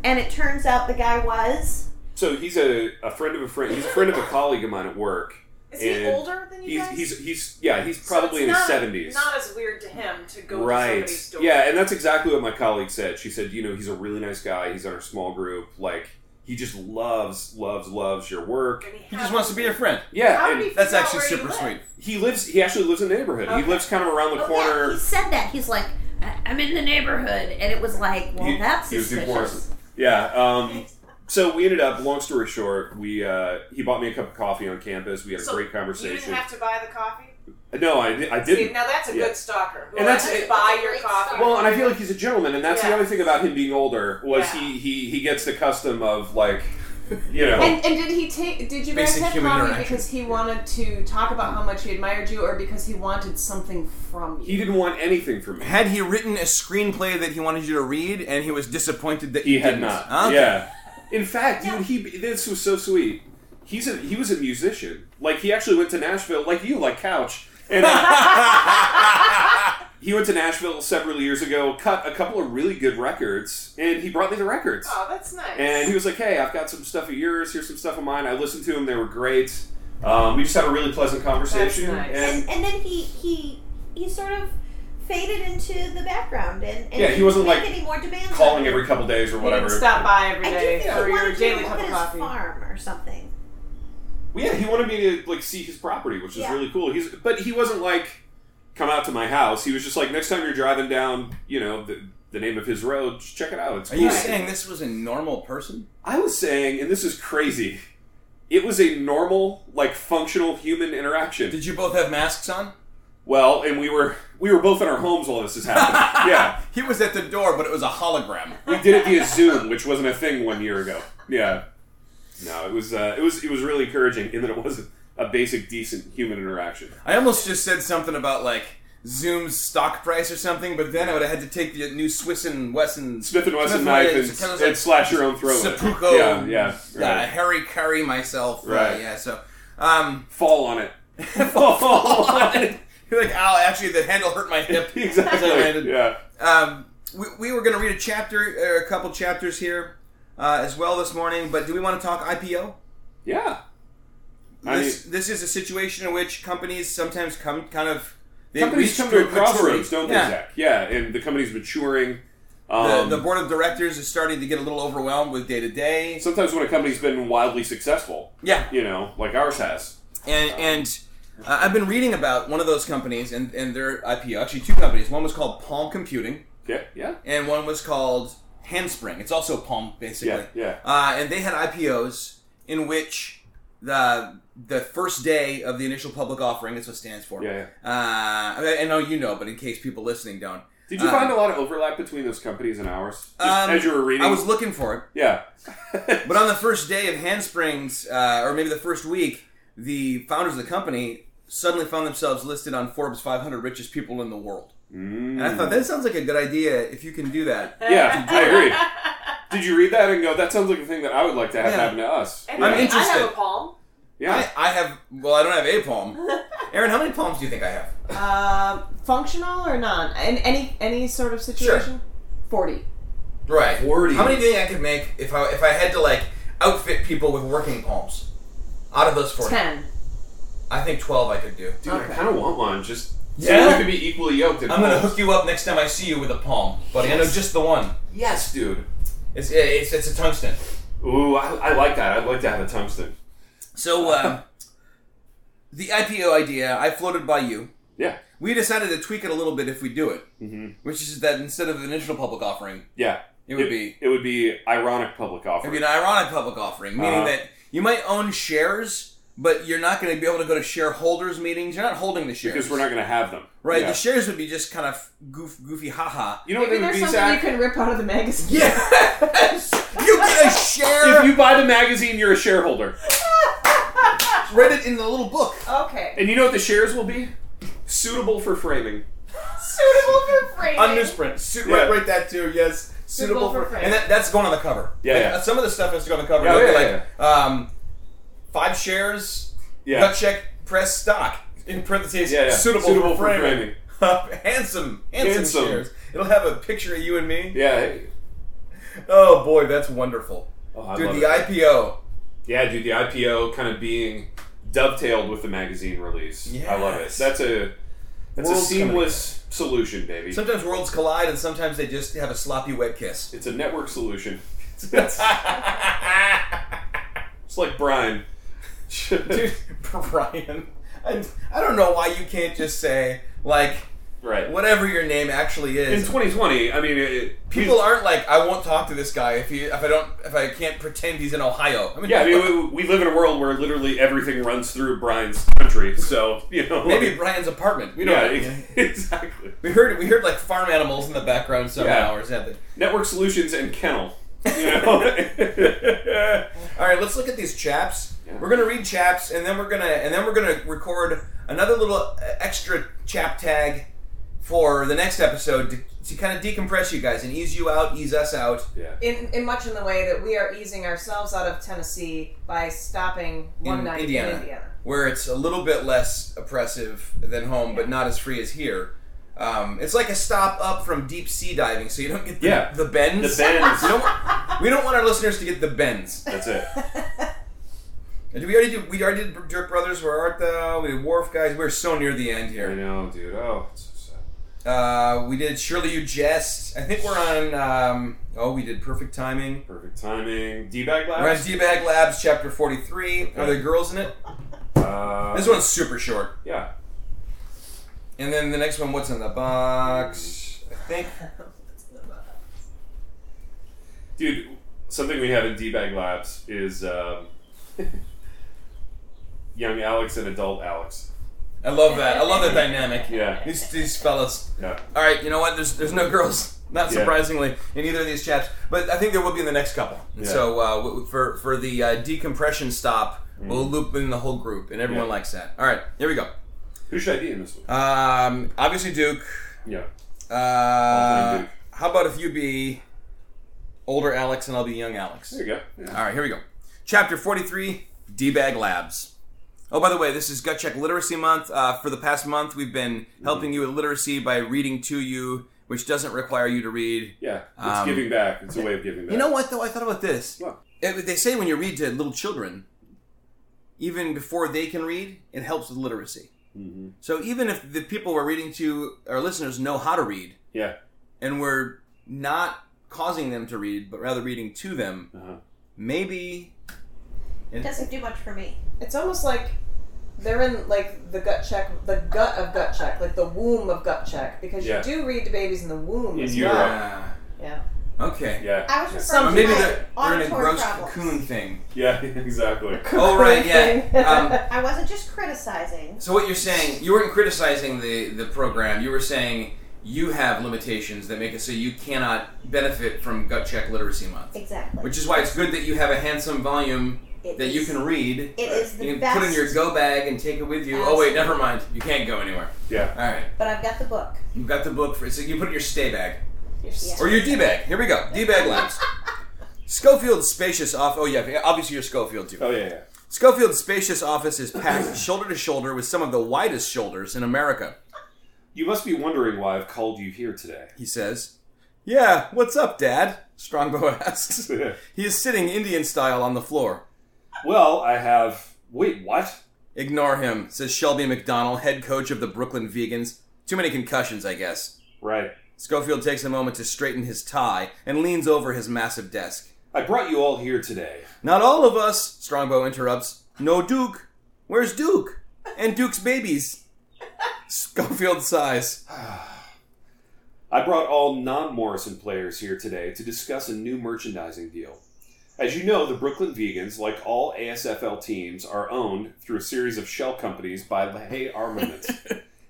D: and it turns out the guy was
B: So he's a, a friend of a friend. He's a friend of a colleague of mine at work.
F: Is he
B: And
F: older than you
B: He's
F: guys?
B: he's he's yeah. He's
F: So it's
B: probably in
F: not-
B: his seventies.
F: Not as weird to him to go to
B: Right.
F: somebody's door.
B: Yeah, and that's exactly what my colleague said. She said, you know, he's a really nice guy. He's in our small group. Like he just loves loves loves your work.
F: And
C: He just wants to be your friend.
B: Yeah.
F: How
B: and-
F: did he
C: That's
F: figure out
C: actually
F: where you
C: super
F: live?
C: sweet.
B: He lives. He actually lives in the neighborhood. He
F: Okay.
B: lives kind of around the
D: Oh, yeah,
B: corner.
D: he said that he's like, "I- I'm in the neighborhood, and it was like, well,
B: He-
D: that's
B: he was
D: suspicious.
B: divorced. Yeah. Um, so we ended up. Long story short, we uh, he bought me a cup of coffee on campus. We had a
F: So
B: great
F: You
B: conversation.
F: didn't have to buy the coffee.
B: no, I, di- I
F: See,
B: didn't.
F: now that's a
B: Yeah.
F: good stalker. Who
B: And
F: wants
B: that's-
F: to buy your
G: Great
F: coffee.
G: stalker.
B: Well, and I feel like he's a gentleman, and that's the
F: Yeah.
B: other thing about him being older was
F: Yeah.
B: he, he he gets the custom of like, you know,
E: And, and did he take? Did you guys
C: Basic
E: have
C: human
E: coffee
C: interaction.
E: because he wanted to talk about how much he admired you, or because he wanted something from you?
B: he didn't want anything from me.
C: Had he written a screenplay that he wanted you to read, and he was disappointed that
B: He
C: you
B: had
C: didn't?
B: not.
C: Okay.
B: Yeah. In fact, dude, he this was so sweet. He's a he was a musician. Like he actually went to Nashville, like you, like Couch. And uh, he went to Nashville several years ago, cut a couple of really good records, and he brought me the records.
F: oh, that's nice.
B: And he was like, "Hey, I've got some stuff of yours. Here's some stuff of mine. I listened to them; they were great. Um, we just had a really pleasant conversation."
F: nice.
B: And
D: and, and then he he he sort of faded into the background and, and
B: Yeah, he wasn't,
D: didn't
B: like,
D: make any more demands on
B: calling
D: it.
B: every couple days or
E: He
B: whatever.
E: didn't stop by every
D: I do
E: day
D: think
E: for
D: he
E: your
D: wanted to
E: daily
D: look
E: cup
D: at
E: of
D: his
E: coffee.
D: farm or something.
B: Well, yeah, he wanted me to like see his property, which is
D: Yeah.
B: really cool. He's but he wasn't like come out to my house. He was just like next time you're driving down, you know, the, the name of his road, just check it out. It's
C: Are
B: cool.
C: you saying this was a normal person?
B: I was saying, and this is crazy. It was a normal, like functional human interaction.
C: Did you both have masks on?
B: well, and we were we were both in our homes while this is happening. yeah,
C: He was at the door, but it was a hologram.
B: we did it via Zoom, which wasn't a thing one year ago. Yeah, no, it was uh, it was it was really encouraging in that it was a basic, decent human interaction.
C: I almost just said something about like Zoom's stock price or something, but then I would have had to take the new Swiss and Wesson
B: Smith and Wesson knife and,
C: It's kind of
B: and
C: like
B: slash your own throat. with it.
C: seppuku.
B: Yeah, yeah,
C: Yeah,
B: right.
C: Harry Curry myself. uh,
B: Right.
C: yeah. So, um,
B: Fall on it. fall, on it.
C: you're like, ow, actually, the handle hurt my hip. So I had
B: exactly.
C: to-
B: Yeah.
C: Um, we, we were going to read a chapter or a couple chapters here uh, as well this morning, but do we want to talk IPO?
B: Yeah. I mean,
C: This, this is a situation in which companies sometimes come kind of they
B: companies
C: reach
B: come to a
C: good maturity.
B: crossroads, don't
C: yeah.
B: they, Zach? Yeah, and the company's maturing.
C: The,
B: Um,
C: the board of directors is starting to get a little overwhelmed with day to day.
B: sometimes when a company's been wildly successful,
C: Yeah,
B: you know, like ours has.
C: and and uh, I've been reading about one of those companies and and their IPO. Actually, two companies. One was called Palm Computing,
B: Yeah, yeah,
C: and one was called Handspring. It's also Palm, basically.
B: yeah, yeah.
C: Uh, and they had IPOs in which the the first day of the initial public offering is what it stands for.
B: Yeah, yeah.
C: Uh, I, mean, I know you know, but in case people listening don't,
B: Did you
C: Uh,
B: find a lot of overlap between those companies and ours? Just
C: Um,
B: as you were reading,
C: I was looking for it.
B: yeah,
C: But on the first day of Handsprings, uh, or maybe the first week, the founders of the company suddenly found themselves listed on Forbes 500 richest people in the world.
B: Mm.
C: And I thought that sounds like a good idea if you can do that.
B: Yeah, I agree. Did you read that and go, that sounds like a thing that I would like to have
C: Yeah.
B: happen to us?
F: And
B: yeah.
C: I'm
F: I
C: interested.
F: have a palm.
B: yeah.
C: I, I have, well, I don't have a palm. Aaron, how many palms do you think I have?
E: Uh, functional or not? In any any sort of situation. Forty.
C: Right.
B: 40.
C: How many do you think I could make if I if I had to like outfit people with working palms? Out of those four,
E: Ten.
C: I think twelve I could do.
B: Dude, I kind of want one. Just
C: Yeah?
B: so we could be equally yoked.
C: I'm gonna hook you up next time I see you with a palm, buddy. I know just the one.
B: Yes, dude.
C: It's it's, it's a tungsten.
B: Ooh, I, I like that. I'd like to have a tungsten.
C: So uh, the IPO idea I floated by you.
B: Yeah,
C: We decided to tweak it a little bit if we do it,
B: Mhm.
C: which is that instead of an initial public offering,
B: yeah.
C: it would be
B: It would be ironic public
C: it would
B: offering.
C: be an ironic public offering, meaning
B: Uh-huh.
C: that you might own shares, but you're not going to be able to go to shareholders meetings. You're not holding the shares
B: because we're not gonna have them.
C: Right,
B: Yeah.
C: the shares would be just kind of goof, goofy, haha.
B: you know what they would
E: Maybe there's
B: be,
E: something
B: Zach?
E: you can rip out of the magazine.
C: Yes, you get a share.
B: If you buy the magazine, you're a shareholder.
C: read it in the little book.
F: Okay.
B: And you know what the shares will be? Suitable for framing.
F: Suitable for framing.
C: newsprint, Su-
B: Yeah.
C: write, write that too. Yes,
F: Suitable for print.
C: and that, that's going on the cover.
B: Yeah,
C: Like,
B: yeah.
C: uh, some of the stuff has to go on the cover.
B: Yeah,
C: It'll be
B: yeah,
C: like Um, five shares.
B: Yeah.
C: Gut check. Press stock. In parentheses.
B: Yeah, yeah.
C: Suitable,
B: Suitable
C: for
B: for
C: framing. handsome, handsome,
B: Handsome.
C: shares. It'll have a picture of you and me.
B: Yeah. hey.
C: Oh boy, that's wonderful,
B: Oh, I
C: dude.
B: love
C: The
B: it.
C: IPO.
B: Yeah, dude, the IPO kind of being dovetailed with the magazine release. I love it.
C: Yes.
B: That's a that's a
C: World's coming
B: seamless solution, baby.
C: Sometimes worlds collide, and sometimes they just have a sloppy wet kiss.
B: It's a network solution. it's like Brian.
C: Dude, Brian, I, I don't know why you can't just say like
B: Right.
C: whatever your name actually
B: In
C: is.
B: 2020, I mean, it,
C: People
B: he's-
C: aren't like I won't talk to this guy if he if I don't if I can't pretend he's in Ohio. I mean,
B: Yeah, I mean, we, we live in a world where literally everything runs through Brian's country, so you know.
C: maybe
B: like-
C: Brian's apartment. We don't.
B: yeah,
C: know.
B: ex- exactly.
C: We heard we heard like farm animals in the background
B: Yeah.
C: somehow or something.
B: Network solutions and kennel. You know.
C: All right, let's look at these chaps.
B: Yeah.
C: We're gonna read chaps, and then we're gonna and then we're gonna record another little uh, extra chap tag for the next episode to, to kind of decompress you guys and ease you out, ease us out.
B: yeah.
E: in, in much in the way that we are easing ourselves out of Tennessee by stopping one
C: In
E: night
C: Indiana.
E: in Indiana.
C: where it's a little bit less oppressive than home, but not as free as here. Um, it's like a stop up from deep sea diving, so you don't get the,
B: Yeah.
C: the bends.
B: The bends.
C: You don't want- we don't want our listeners to get the bends.
B: That's it.
C: And Did we already do? We already did Drip Brothers. Where art thou? We did Wharf Guys. We're so near the end
B: I
C: here.
B: know, dude. Oh, it's so sad.
C: Uh, we did Surely You Jest. I think we're on. Um, oh, we did Perfect Timing.
B: Perfect timing. D bag
C: We're on
B: labs.
C: D Bag Labs, Chapter Forty Three. Are there girls in it?
B: Uh,
C: This one's super short.
B: Yeah.
C: And then the next one, what's in the box? I think.
B: Dude, something we have in D bag labs is um, young Alex and adult Alex.
C: I love that. I love that dynamic.
B: Yeah.
C: These, these fellas.
B: Yeah.
C: All right, you know what? There's there's no girls, not
B: Yeah.
C: surprisingly, in either of these chaps. But I think there will be in the next couple. And
B: Yeah.
C: So uh, w- w- for for the uh, decompression stop, we'll loop in the whole group, and everyone
B: Mm. Yeah.
C: likes that. All right, here we go.
B: Who should I be in this one?
C: Um, obviously Duke.
B: yeah. I'll
C: Uh,
B: play Duke.
C: How about if you be older Alex and I'll be young Alex?
B: There you go. Yeah.
C: All right, here we go. Chapter 43 D Bag Labs. Oh, by the way, this is Gut Check Literacy Month. Uh, for the past month, we've been helping you with literacy by reading to you, which doesn't require you to read.
B: Yeah. It's
C: Um,
B: giving back. It's a way of giving back.
C: You know what, though? I thought about this.
B: What?
C: It- they say when you read to little children, even before they can read, it helps with literacy.
B: Mhm.
C: So even if the people we're reading to, our listeners, know how to read,
B: Yeah.
C: and we're not causing them to read, but rather reading to them,
B: Uh-huh.
C: maybe
D: It doesn't do much for me.
E: It's almost like they're in like the gut check, the gut of gut check, like the womb of gut check, because
B: Yeah.
E: you do read to babies in the womb.
B: In
E: as
B: utero.
E: well.
C: Ah,
E: Yeah.
C: okay.
B: Yeah.
D: I was
B: Yeah.
D: referring
C: Or
D: to
C: maybe
D: my
C: they're, they're in a
D: auditory
C: gross
D: problems.
C: cocoon thing.
B: Yeah, exactly.
C: Oh right, yeah. Um,
D: I wasn't just criticizing.
C: so what you're saying? You weren't criticizing the the program. You were saying you have limitations that make it so you cannot benefit from Gut Check Literacy Month,
D: Exactly.
C: which is why it's good that you have a handsome volume
D: It
C: that you
D: is-
C: can read.
D: It is the
C: You can
D: best.
C: put in your go bag and take it with you. Oh wait, never mind. You can't go anywhere.
B: Yeah.
C: All right,
D: But I've got the book.
C: you've got the book for. So you put it in your stay bag.
E: You're s-
C: Or your D bag. Here we go. D bag labs. Schofield's spacious off. Oh yeah, obviously you're Schofield too.
B: Oh yeah, yeah.
C: Schofield's spacious office is packed shoulder to shoulder with some of the widest shoulders in America,
B: You must be wondering why I've called you here today.
C: he says. Yeah, what's up, Dad? Strongbow asks. he is sitting Indian style on the floor.
B: well, I have. Wait, what?
C: Ignore him, says Shelby McDonald, head coach of the Brooklyn Vegans. Too many concussions, I guess.
B: Right.
C: Schofield takes a moment to straighten his tie and leans over his massive desk.
B: I brought you all here today.
C: Not all of us, Strongbow interrupts. No Duke. Where's Duke? And Duke's babies. Schofield sighs.
B: I brought all non Morrison players here today to discuss a new merchandising deal. As you know, the Brooklyn Vegans, like all ASFL teams, are owned through a series of shell companies by LeHaye Armaments.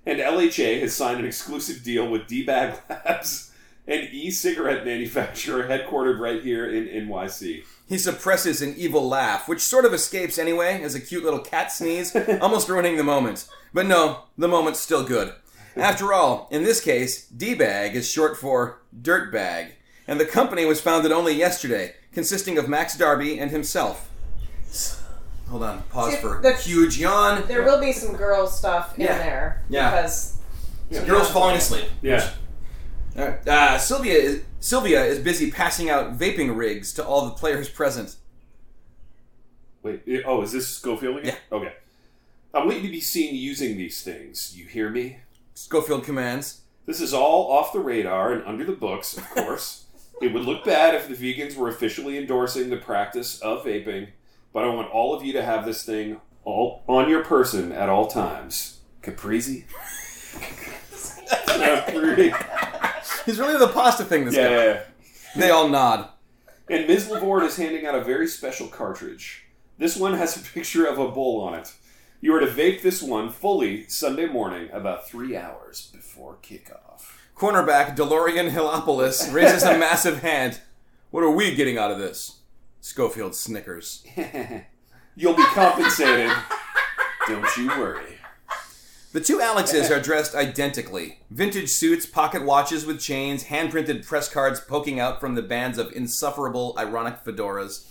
B: and LHA has signed an exclusive deal with D Bag Labs, an e cigarette manufacturer headquartered right here in NYC.
C: He suppresses an evil laugh, which sort of escapes anyway as a cute little cat sneeze, almost ruining the moment. But no, the moment's still good. After all, in this case, D bag is short for dirt bag, and the company was founded only yesterday, consisting of Max Darby and himself. Hold on, pause
E: See,
C: for a
E: that's-
C: huge yawn.
E: There will be some girl stuff in
C: Yeah.
E: there
C: Yeah.
E: because
C: Girls falling asleep.
B: Yeah.
C: All right. Uh, Sylvia is Sylvia is busy passing out vaping rigs to all the players present.
B: Wait, i- oh, is this Schofield again? Yeah. Okay. I'm waiting to be seen using these things. You hear me?
C: Schofield commands.
B: This is all off the radar and under the books, of course. it would look bad if the vegans were officially endorsing the practice of vaping, but I want all of you to have this thing all on your person at all times. Caprizi? Yeah, Rudy.
C: He's really the pasta thing. This
B: Yeah,
C: guy.
B: yeah, yeah.
C: They all nod.
B: And Ms. Lavord is handing out a very special cartridge. This one has a picture of a bull on it. You are to vape this one fully Sunday morning, about three hours before kickoff.
C: Cornerback DeLorean Hilopoulos raises a massive hand. What are we getting out of this? Schofield snickers.
B: You'll be compensated. Don't you worry.
C: The two Alexes are dressed identically vintage suits, pocket watches with chains, hand printed press cards poking out from the bands of insufferable, ironic fedoras.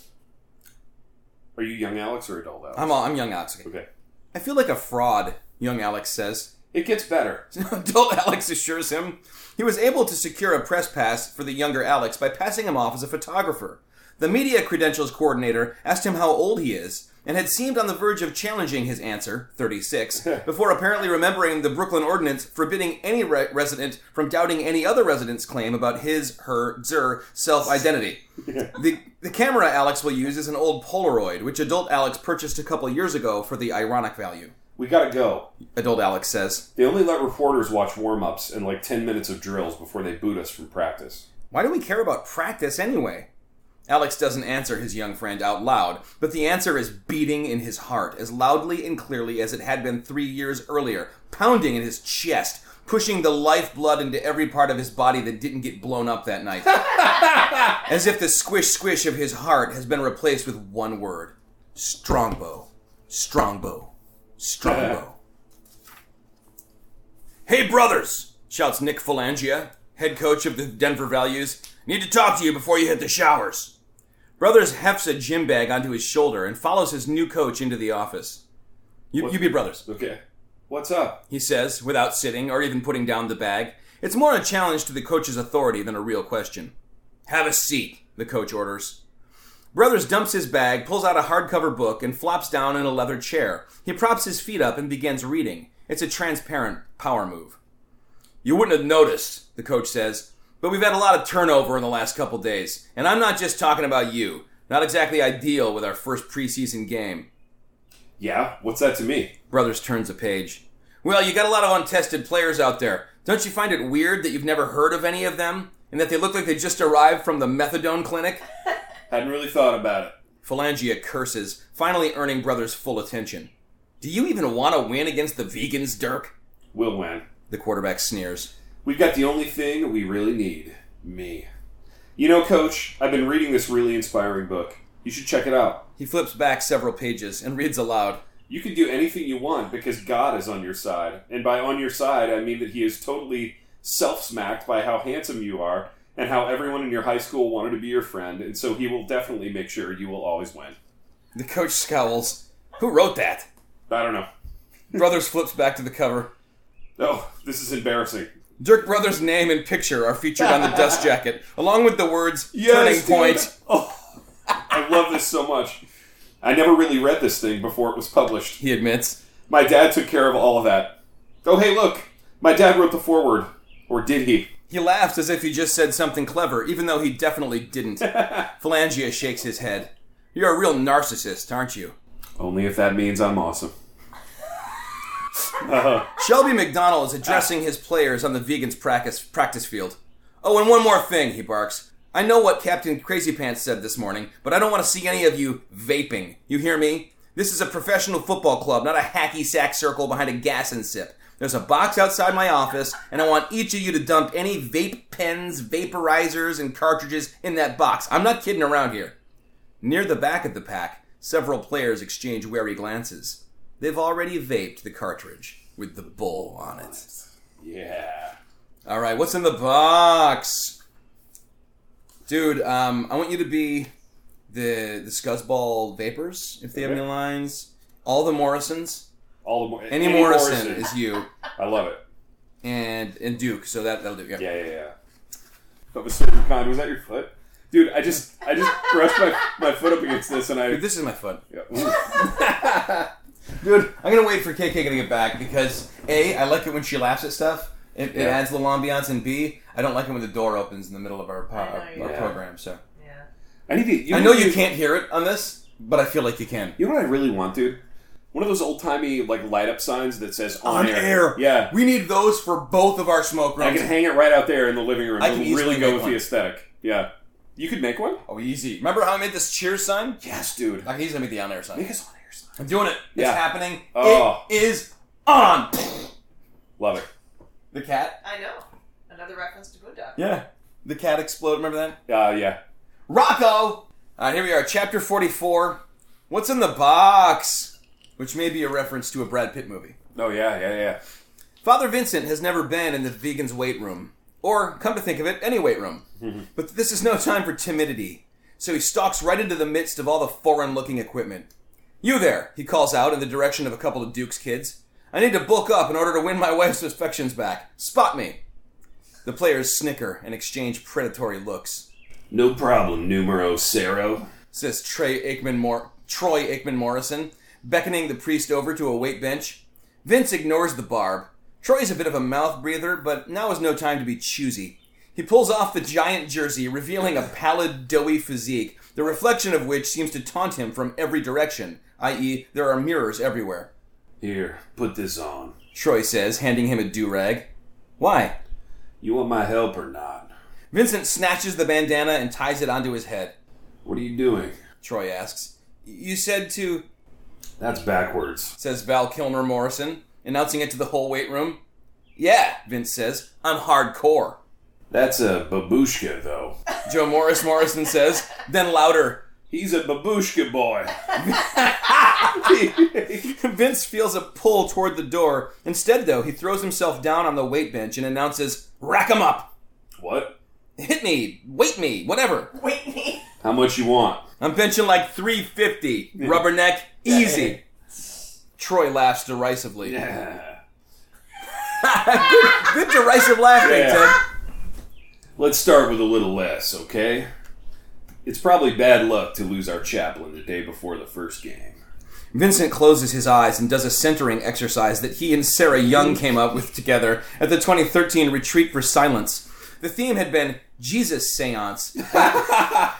B: Are you young Alex or adult Alex?
C: I'm, all, I'm young Alex.
B: okay.
C: I feel like a fraud, young Alex says.
B: It gets better.
C: Adult Alex assures him he was able to secure a press pass for the younger Alex by passing him off as a photographer. The media credentials coordinator asked him how old he is and had seemed on the verge of challenging his answer, 36, before apparently remembering the Brooklyn Ordinance forbidding any re- resident from doubting any other resident's claim about his, her, zer self identity. The, the camera Alex will use is an old Polaroid, which adult Alex purchased a couple years ago for the ironic value,
B: We gotta go.
C: adult Alex says.
B: They only let reporters watch warm ups and like 10 minutes of drills before they boot us from practice.
C: Why do we care about practice anyway? Alex doesn't answer his young friend out loud, but the answer is beating in his heart, as loudly and clearly as it had been three years earlier, pounding in his chest, pushing the lifeblood into every part of his body that didn't get blown up that night. as if the squish squish of his heart has been replaced with one word Strongbow. Strongbow. Strongbow. Hey, brothers! shouts Nick Falangia, head coach of the Denver Values. Need to talk to you before you hit the showers. Brothers hefts a gym bag onto his shoulder and follows his new coach into the office. You, you be brothers,
B: Okay. What's up?
C: he says, without sitting or even putting down the bag. It's more a challenge to the coach's authority than a real question. Have a seat, the coach orders. Brothers dumps his bag, pulls out a hardcover book, and flops down in a leather chair. He props his feet up and begins reading. It's a transparent power move. You wouldn't have noticed, the coach says, but we've had a lot of turnover in the last couple days, and I'm not just talking about you. Not exactly ideal with our first preseason game.
B: Yeah, what's that to me?
C: Brothers turns a page. Well, you got a lot of untested players out there. Don't you find it weird that you've never heard of any of them? And that they look like they just arrived from the methadone clinic?
B: Hadn't really thought about it.
C: Phalangia curses, finally earning Brothers full attention. Do you even want to win against the vegans, Dirk?
B: We'll win.
C: The quarterback sneers.
B: We've got the only thing we really need me. You know, coach, I've been reading this really inspiring book. You should check it out.
C: He flips back several pages and reads aloud.
B: You can do anything you want because God is on your side. And by on your side, I mean that He is totally self smacked by how handsome you are and how everyone in your high school wanted to be your friend. And so He will definitely make sure you will always win.
C: The coach scowls. Who wrote that?
B: I don't know.
C: Brothers flips back to the cover.
B: Oh, this is embarrassing.
C: Dirk Brothers' name and picture are featured on the dust jacket, along with the words turning
B: dude.
C: point.
B: Oh, I love this so much. I never really read this thing before it was published.
C: He admits.
B: My dad took care of all of that. Oh, hey, look. My dad wrote the foreword. Or did he?
C: He laughs as if he just said something clever, even though he definitely didn't. Phalangia shakes his head. You're a real narcissist, aren't you?
B: Only if that means I'm awesome.
C: Shelby McDonald is addressing his players on the vegans' practice practice field. Oh, and one more thing, he barks. I know what Captain Crazy Pants said this morning, but I don't want to see any of you vaping. You hear me? This is a professional football club, not a hacky sack circle behind a gas and sip. There's a box outside my office, and I want each of you to dump any vape pens, vaporizers, and cartridges in that box. I'm not kidding around here. Near the back of the pack, several players exchange wary glances. They've already vaped the cartridge with the bull on it.
B: Yeah.
C: All right, what's in the box? Dude, um, I want you to be the the Scuzzball Vapors, if they have any
B: Okay.
C: lines. All the Morrisons.
B: All the more.
C: Any, Morrison, is you.
B: I love it.
C: And and Duke, so that, that'll do. Yeah.
B: Yeah, yeah, yeah. Of a certain kind. Was that your foot? Dude, I just I just brushed my, my foot up against this and I.
C: Dude, this is my fun.
B: Yeah. Ooh.
C: Dude, I'm gonna wait for KK to get back because A, I like it when she laughs at stuff. It, it
B: Yeah.
C: adds little ambiance, and B, I don't like it when the door opens in the middle of our, po- our,
F: I know,
C: our
B: yeah.
C: program. So
F: Yeah.
B: I need to. You
C: I know you can't hear it on this, but I feel like you can.
B: You know what I really want, dude? one of those old timey like light up signs that says
C: on
B: on,
C: air.
B: Yeah,
C: we need those for both of our smoke
B: I
C: rooms.
B: can hang it right out there in the living room.
C: I can
B: It'll really
C: easily
B: go
C: make
B: with
C: one.
B: the aesthetic. Yeah, you could make one.
C: oh, easy. Remember how I made this cheers sign?
B: Yes, dude.
C: I can easily make the on air sign.
B: Make us on air sign.
C: I'm doing it.
B: Yeah.
C: It's happening.
B: Oh.
C: It is on.
B: Love it.
C: The cat.
F: I know. Another reference to Boondock.
C: Yeah. The cat explode. Remember that?
B: Uh, yeah.
C: Rocco. All right, here we are. Chapter 44. What's in the box? Which may be a reference to a Brad Pitt movie.
B: Oh yeah, yeah, yeah.
C: Father Vincent has never been in the vegan's weight room, or, come to think of it, any weight room. but this is no time for timidity, so he stalks right into the midst of all the foreign looking equipment. You there, he calls out in the direction of a couple of Duke's kids. I need to bulk up in order to win my wife's affections back. Spot me! The players snicker and exchange predatory looks.
B: No problem, numero cero.
C: Says Trey Aikman Mor- Troy Aikman Morrison, beckoning the priest over to a weight bench. Vince ignores the barb. Troy's a bit of a mouth breather, but now is no time to be choosy. He pulls off the giant jersey, revealing a pallid, doughy physique, the reflection of which seems to taunt him from every direction, i.e., there are mirrors everywhere.
B: Here, put this on.
C: Troy says, handing him a do rag. Why?
B: You want my help or not?
C: Vincent snatches the bandana and ties it onto his head.
B: What are you doing?
C: Troy asks, You said to
B: That's backwards.
C: says Val Kilmer Morrison, announcing it to the whole weight room. Yeah, Vince says, I'm hardcore.
B: That's a babushka, though.
C: Joe Morris Morrison says, then louder.
B: He's a babushka boy.
C: Vince feels a pull toward the door. Instead, though, he throws himself down on the weight bench and announces, Rack 'em up!
B: what?
C: Hit me! Weight me! Whatever!
F: Wait me.
B: How much you want?
C: I'm benching like 350. Rubberneck, easy. Troy laughs derisively.
B: Yeah.
C: Good derisive laughing,
B: Yeah.
C: Ted.
B: Let's start with a little less, okay? It's probably bad luck to lose our chaplain the day before the first game.
C: Vincent closes his eyes and does a centering exercise that he and Sarah Young came up with together at the 2013 Retreat for Silence. The theme had been Jesus Seance,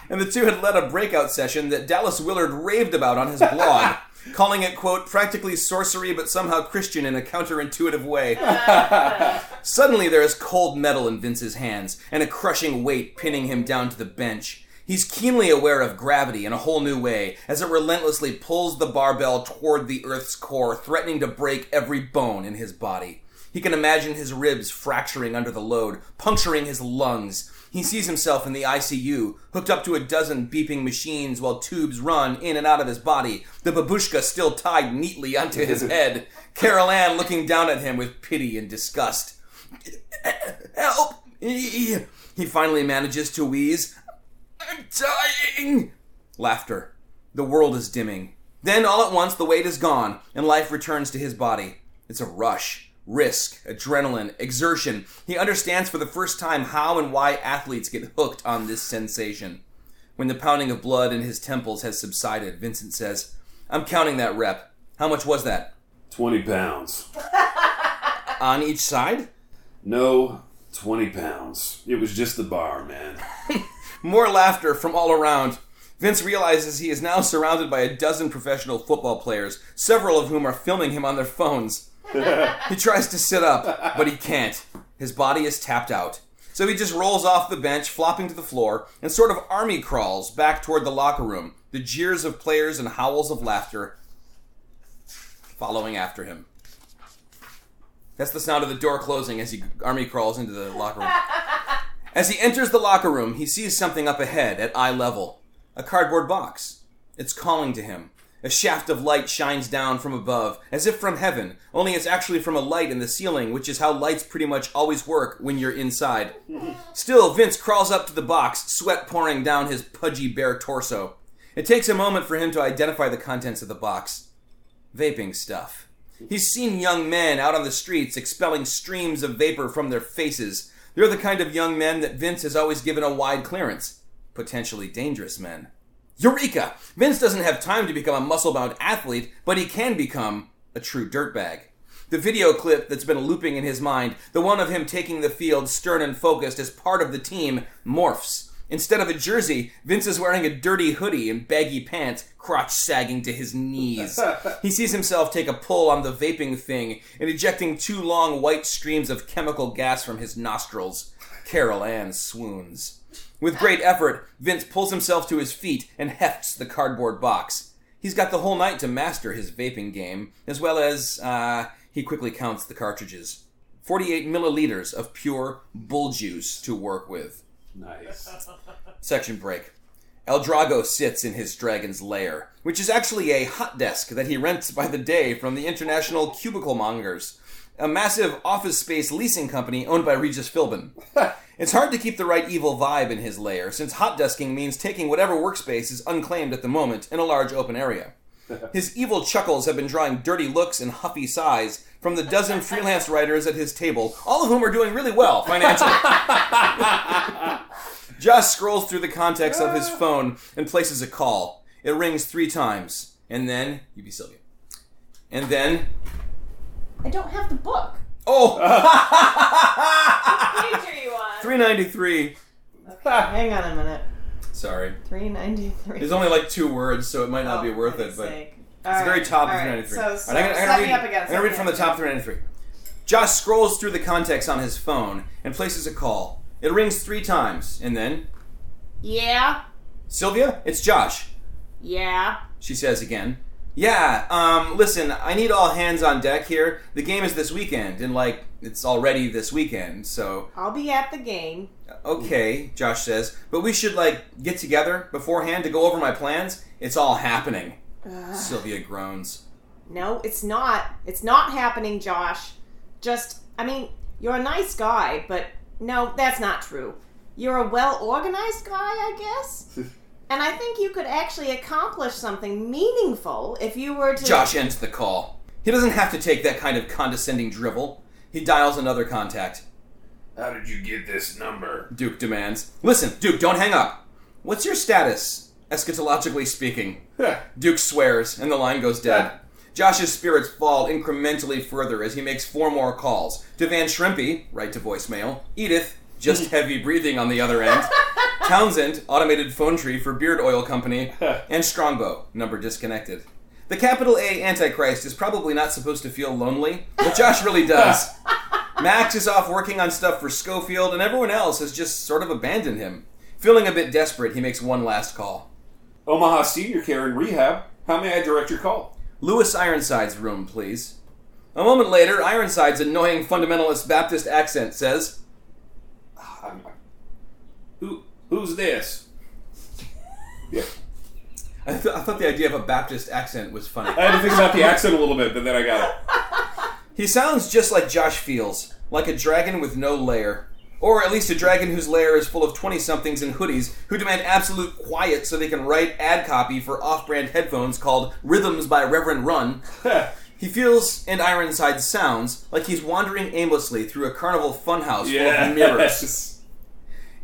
C: and the two had led a breakout session that Dallas Willard raved about on his blog, calling it, quote, practically sorcery but somehow Christian in a counterintuitive way. Suddenly, there is cold metal in Vince's hands and a crushing weight pinning him down to the bench. He's keenly aware of gravity in a whole new way as it relentlessly pulls the barbell toward the Earth's core, threatening to break every bone in his body. He can imagine his ribs fracturing under the load, puncturing his lungs. He sees himself in the ICU, hooked up to a dozen beeping machines while tubes run in and out of his body, the babushka still tied neatly onto his head, Carol Ann looking down at him with pity and disgust. Help! He finally manages to wheeze. I'm dying! Laughter. The world is dimming. Then, all at once, the weight is gone, and life returns to his body. It's a rush. Risk, adrenaline, exertion. He understands for the first time how and why athletes get hooked on this sensation. When the pounding of blood in his temples has subsided, Vincent says, I'm counting that rep. How much was that?
B: 20 pounds.
C: On each side?
B: No, 20 pounds. It was just the bar, man.
C: More laughter from all around. Vince realizes he is now surrounded by a dozen professional football players, several of whom are filming him on their phones. he tries to sit up, but he can't. His body is tapped out. So he just rolls off the bench, flopping to the floor, and sort of army crawls back toward the locker room, the jeers of players and howls of laughter following after him. That's the sound of the door closing as he army crawls into the locker room. As he enters the locker room, he sees something up ahead at eye level a cardboard box. It's calling to him. A shaft of light shines down from above, as if from heaven, only it's actually from a light in the ceiling, which is how lights pretty much always work when you're inside. Still, Vince crawls up to the box, sweat pouring down his pudgy bare torso. It takes a moment for him to identify the contents of the box vaping stuff. He's seen young men out on the streets expelling streams of vapor from their faces. They're the kind of young men that Vince has always given a wide clearance. Potentially dangerous men. Eureka! Vince doesn't have time to become a muscle bound athlete, but he can become a true dirtbag. The video clip that's been looping in his mind, the one of him taking the field stern and focused as part of the team, morphs. Instead of a jersey, Vince is wearing a dirty hoodie and baggy pants, crotch sagging to his knees. he sees himself take a pull on the vaping thing and ejecting two long white streams of chemical gas from his nostrils. Carol Ann swoons. With great effort, Vince pulls himself to his feet and hefts the cardboard box. He's got the whole night to master his vaping game, as well as, uh, he quickly counts the cartridges 48 milliliters of pure bull juice to work with.
B: Nice.
C: Section break. El Drago sits in his dragon's lair, which is actually a hot desk that he rents by the day from the International Cubicle Mongers, a massive office space leasing company owned by Regis Philbin. it's hard to keep the right evil vibe in his lair, since hot desking means taking whatever workspace is unclaimed at the moment in a large open area. His evil chuckles have been drawing dirty looks and huffy sighs from the dozen freelance writers at his table, all of whom are doing really well financially. Josh scrolls through the contacts of his phone and places a call. It rings three times, and then you be Sylvia. And then,
E: I don't have the book.
C: oh,
F: Page are you on?
C: 393.
E: Hang on a minute.
C: Sorry,
E: Three ninety three.
C: there's only like two words, so it might not be
E: Oh,
C: worth it, but it's the very top of 393.
E: So,
C: All right, I'm gonna- I'm gonna
E: set
C: read-
E: me up against.
C: I'm gonna read from the top 393. Josh scrolls through the contacts on his phone and places a call. It rings three times, and then,
F: Yeah.
C: Sylvia, it's Josh.
F: Yeah.
C: She says again, Yeah, um, listen, I need all hands on deck here. The game is this weekend, and like, it's already this weekend, so.
E: I'll be at the game.
C: Okay, Josh says, but we should like get together beforehand to go over my plans. It's all happening. Sylvia groans.
E: No, it's not. It's not happening, Josh. Just, I mean, you're a nice guy, but no, that's not true. You're a well organized guy, I guess. and I think you could actually accomplish something meaningful if you were to.
C: Josh ends the call. He doesn't have to take that kind of condescending drivel. He dials another contact.
B: How did you get this number?
C: Duke demands, Listen, Duke, don't hang up. What's your status, eschatologically speaking? Duke swears, and the line goes dead. Josh's spirits fall incrementally further as he makes four more calls to Van Shrimpy, right to voicemail, Edith, just heavy breathing on the other end, Townsend, automated phone tree for Beard Oil Company, and Strongbow, number disconnected. The capital A Antichrist is probably not supposed to feel lonely, but Josh really does. Max is off working on stuff for Schofield, and everyone else has just sort of abandoned him. Feeling a bit desperate, he makes one last call.
B: Omaha Senior Care and Rehab. How may I direct your call?
C: Lewis Ironside's room, please. A moment later, Ironside's annoying fundamentalist Baptist accent says,
B: I'm, who who's this? Yeah.
C: I, th- I thought the idea of a Baptist accent was funny.
B: I had to think about the accent a little bit, but then I got it.
C: He sounds just like Josh feels, like a dragon with no lair. Or at least a dragon whose lair is full of 20 somethings in hoodies who demand absolute quiet so they can write ad copy for off brand headphones called Rhythms by Reverend Run. he feels, and Ironside sounds, like he's wandering aimlessly through a carnival funhouse full of mirrors.
B: Yes.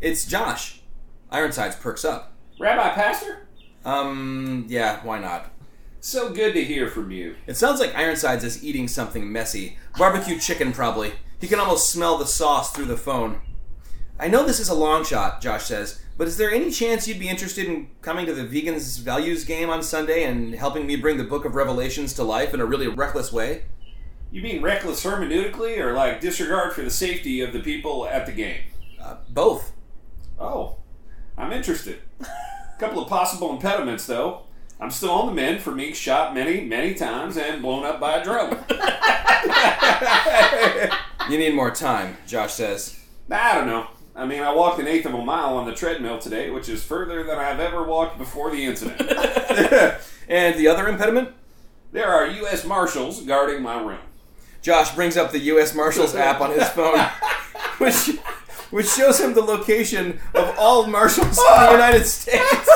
C: It's Josh. Ironsides perks up.
B: Rabbi Pastor,
C: Um, yeah, why not?
B: so good to hear from you.
C: It sounds like Ironsides is eating something messy. Barbecue chicken, probably. He can almost smell the sauce through the phone. I know this is a long shot, Josh says, but is there any chance you'd be interested in coming to the Vegans Values game on Sunday and helping me bring the Book of Revelations to life in a really reckless way?
B: You mean reckless hermeneutically, or like disregard for the safety of the people at the game?
C: Uh, both.
B: Oh, I'm interested. couple of possible impediments, though. I'm still on the mend for being shot many, many times and blown up by a drone.
C: You need more time, Josh says.
B: I don't know. I mean, I walked an eighth of a mile on the treadmill today, which is further than I've ever walked before the incident.
C: and the other impediment?
B: there are U.S. Marshals guarding my room.
C: Josh brings up the U.S. Marshals app on his phone, which which shows him the location of all marshals in the United States.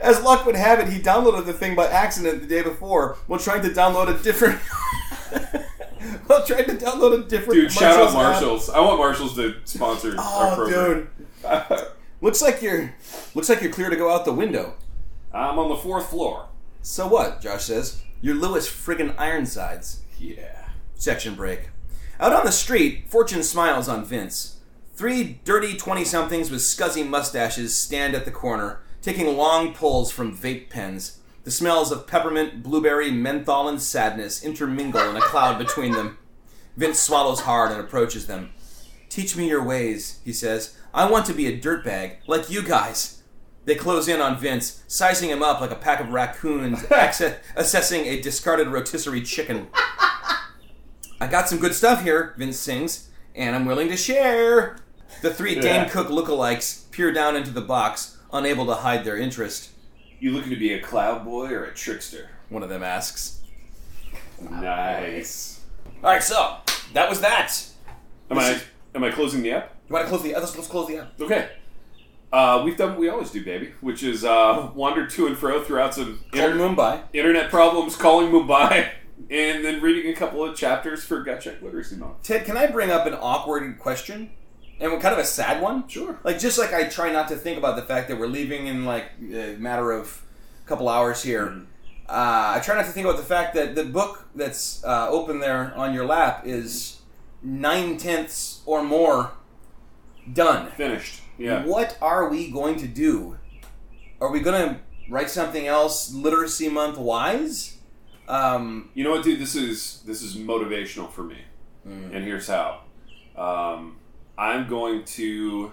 C: As luck would have it, he downloaded the thing by accident the day before while trying to download a different. while trying to download a different.
B: Dude, shout out
C: app.
B: Marshals. I want Marshals to sponsor our
C: Oh,
B: program.
C: dude. Looks like you're looks like you're clear to go out the window.
B: I'm on the fourth floor.
C: So what? Josh says you're Lewis friggin' Ironsides.
B: Yeah.
C: Section break. Out on the street, Fortune smiles on Vince. Three dirty 20 somethings with scuzzy mustaches stand at the corner, taking long pulls from vape pens. The smells of peppermint, blueberry, menthol, and sadness intermingle in a cloud between them. Vince swallows hard and approaches them. Teach me your ways, he says. I want to be a dirtbag, like you guys. They close in on Vince, sizing him up like a pack of raccoons acce- assessing a discarded rotisserie chicken. I got some good stuff here, Vince sings, and I'm willing to share. The three
B: Yeah.
C: Dane Cook lookalikes peer down into the box, unable to hide their interest.
B: You looking to be a cloud boy or a trickster?
C: One of them asks.
B: Nice.
C: All right, so that was that.
B: Am I am I closing the app?
C: You want to close the? Let's, let's close the app.
B: Okay. Uh, we've done what we always do, baby, which is uh, wander to and fro throughout some
C: Cold
B: inter-
C: Mumbai.
B: internet problems, calling Mumbai, and then reading a couple of chapters for Gut Check Literacy Month.
C: Ted, can I bring up an awkward question? And kind of a sad one?
B: Sure.
C: Like, just like I try not to think about the fact that we're leaving in, like, a matter of a couple hours here.
B: Mm-hmm.
C: Uh, I try not to think about the fact that the book that's uh, open there on your lap is nine tenths or more done.
B: Finished. Yeah.
C: What are we going to do? Are we going to write something else literacy month wise? Um,
B: You know what, dude? This is this is motivational for me, and here's how. Um, I'm going to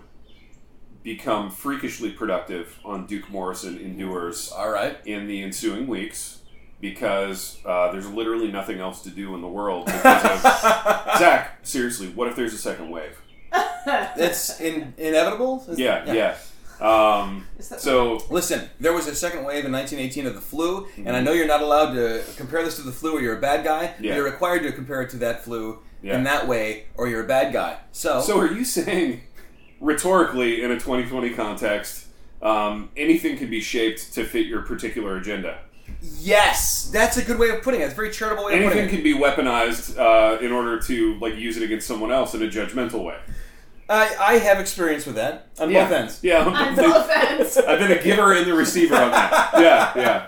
B: become freakishly productive on Duke Morrison Endures uh,
C: all right.
B: in the ensuing weeks because uh, there's literally nothing else to do in the world. Because of, Zach, seriously, what if there's a second wave?
C: That's in- inevitable? Is-
B: Yeah, yeah. Um,
E: that-
B: so
C: Listen, there was a second wave in 1918 of the flu, and I know you're not allowed to compare this to the flu or you're a bad guy. but
B: Mm-hmm. Yeah.
C: You're required to compare it to that flu
B: Yeah.
C: in that way or you're a bad guy. So,
B: So are you saying, rhetorically, in a 2020 context, um, anything can be shaped to fit your particular agenda?
C: yes, that's a good way of putting it. It's a very charitable way of
B: Anything
C: putting
B: can
C: it.
B: be weaponized uh, in order to like use it against someone else in a judgmental way.
C: I, I have experience with that on
B: yeah.
C: both ends.
B: Yeah,
F: On both ends.
B: I've been a giver and the receiver on that. Yeah, yeah.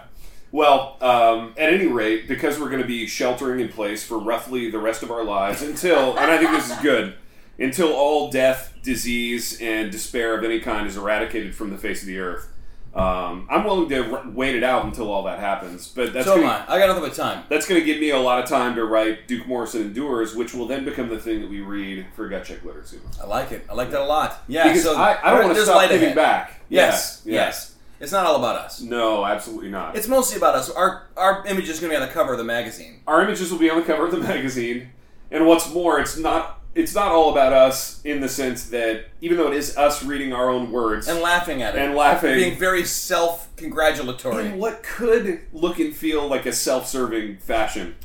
B: Well, um, at any rate, because we're going to be sheltering in place for roughly the rest of our lives until, and I think this is good, until all death, disease, and despair of any kind is eradicated from the face of the earth. Um, I'm willing to r- wait it out until all that happens, but that's
C: So am
B: gonna-
C: I. I got nothing but time.
B: that's going to give me a lot of time to write Duke Morrison Endures, which will then become the thing that we read for Gut Check Literacy.
C: I like it. I like that a lot. Yeah,
B: Because
C: so
B: I, I don't want to
C: there's
B: stop
C: light
B: giving
C: ahead.
B: back.
C: Yes,
B: Yeah, yeah.
C: yes. It's not all about us.
B: No, absolutely not.
C: It's mostly about us. Our, our image is going to be on the cover of the magazine.
B: our images will be on the cover of the magazine and what's more it's not it's not all about us in the sense that even though it is us reading our own words
C: And
B: and,
C: laughing at it.
B: laughing
C: being very self-congratulatory.
B: in what could look and feel like a self-serving fashion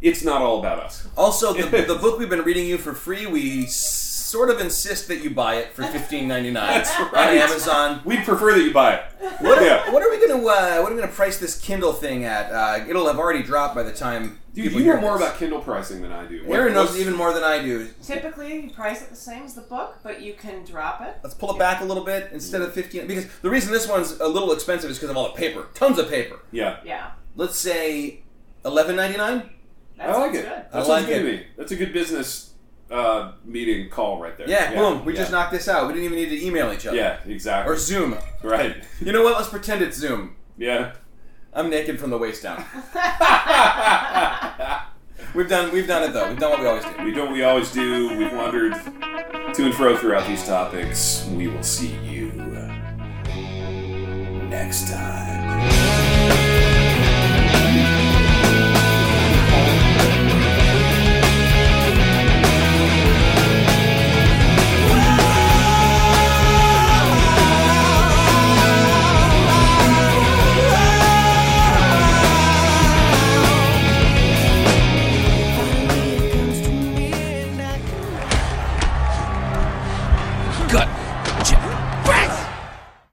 B: it's not all about us
C: Also, the, the book we've been reading you for free, we s- sort of insist that you buy it for fifteen ninety nine on
B: right.
C: Amazon.
B: we'd prefer that you buy it
C: What,
B: Yeah.
C: what are we gonna uh, What are we gonna price this Kindle thing at? Uh, it'll have already dropped by the time.
B: dude
C: people
B: you know
C: hear
B: more
C: this.
B: about kindle pricing than i do
C: Aaron knows
B: What's-
C: even more than I do.
E: Typically, you price it the same as the book, but you can drop it.
C: Let's pull it back a little bit instead of fifteen. Because the reason this one's a little expensive is because of all the paper, tons of paper.
B: yeah
E: Yeah,
C: Let's say eleven ninety nine.
E: that
B: i like
E: sounds
B: it
E: good.
B: that sounds
C: like
B: good to
C: it.
B: me that's a good business uh, meeting call right there
C: Yeah, boom. We
B: yeah.
C: just knocked this out. We didn't even need to email each other
B: yeah
C: or
B: exactly
C: Zoom.
B: right
C: You know what? Let's pretend it's Zoom.
B: yeah
C: I'm naked from the waist down. we've done we've done it though. We've done what we always do.
B: We do what we always do. We've wandered to and fro throughout these topics. We will see you next time.
A: Gut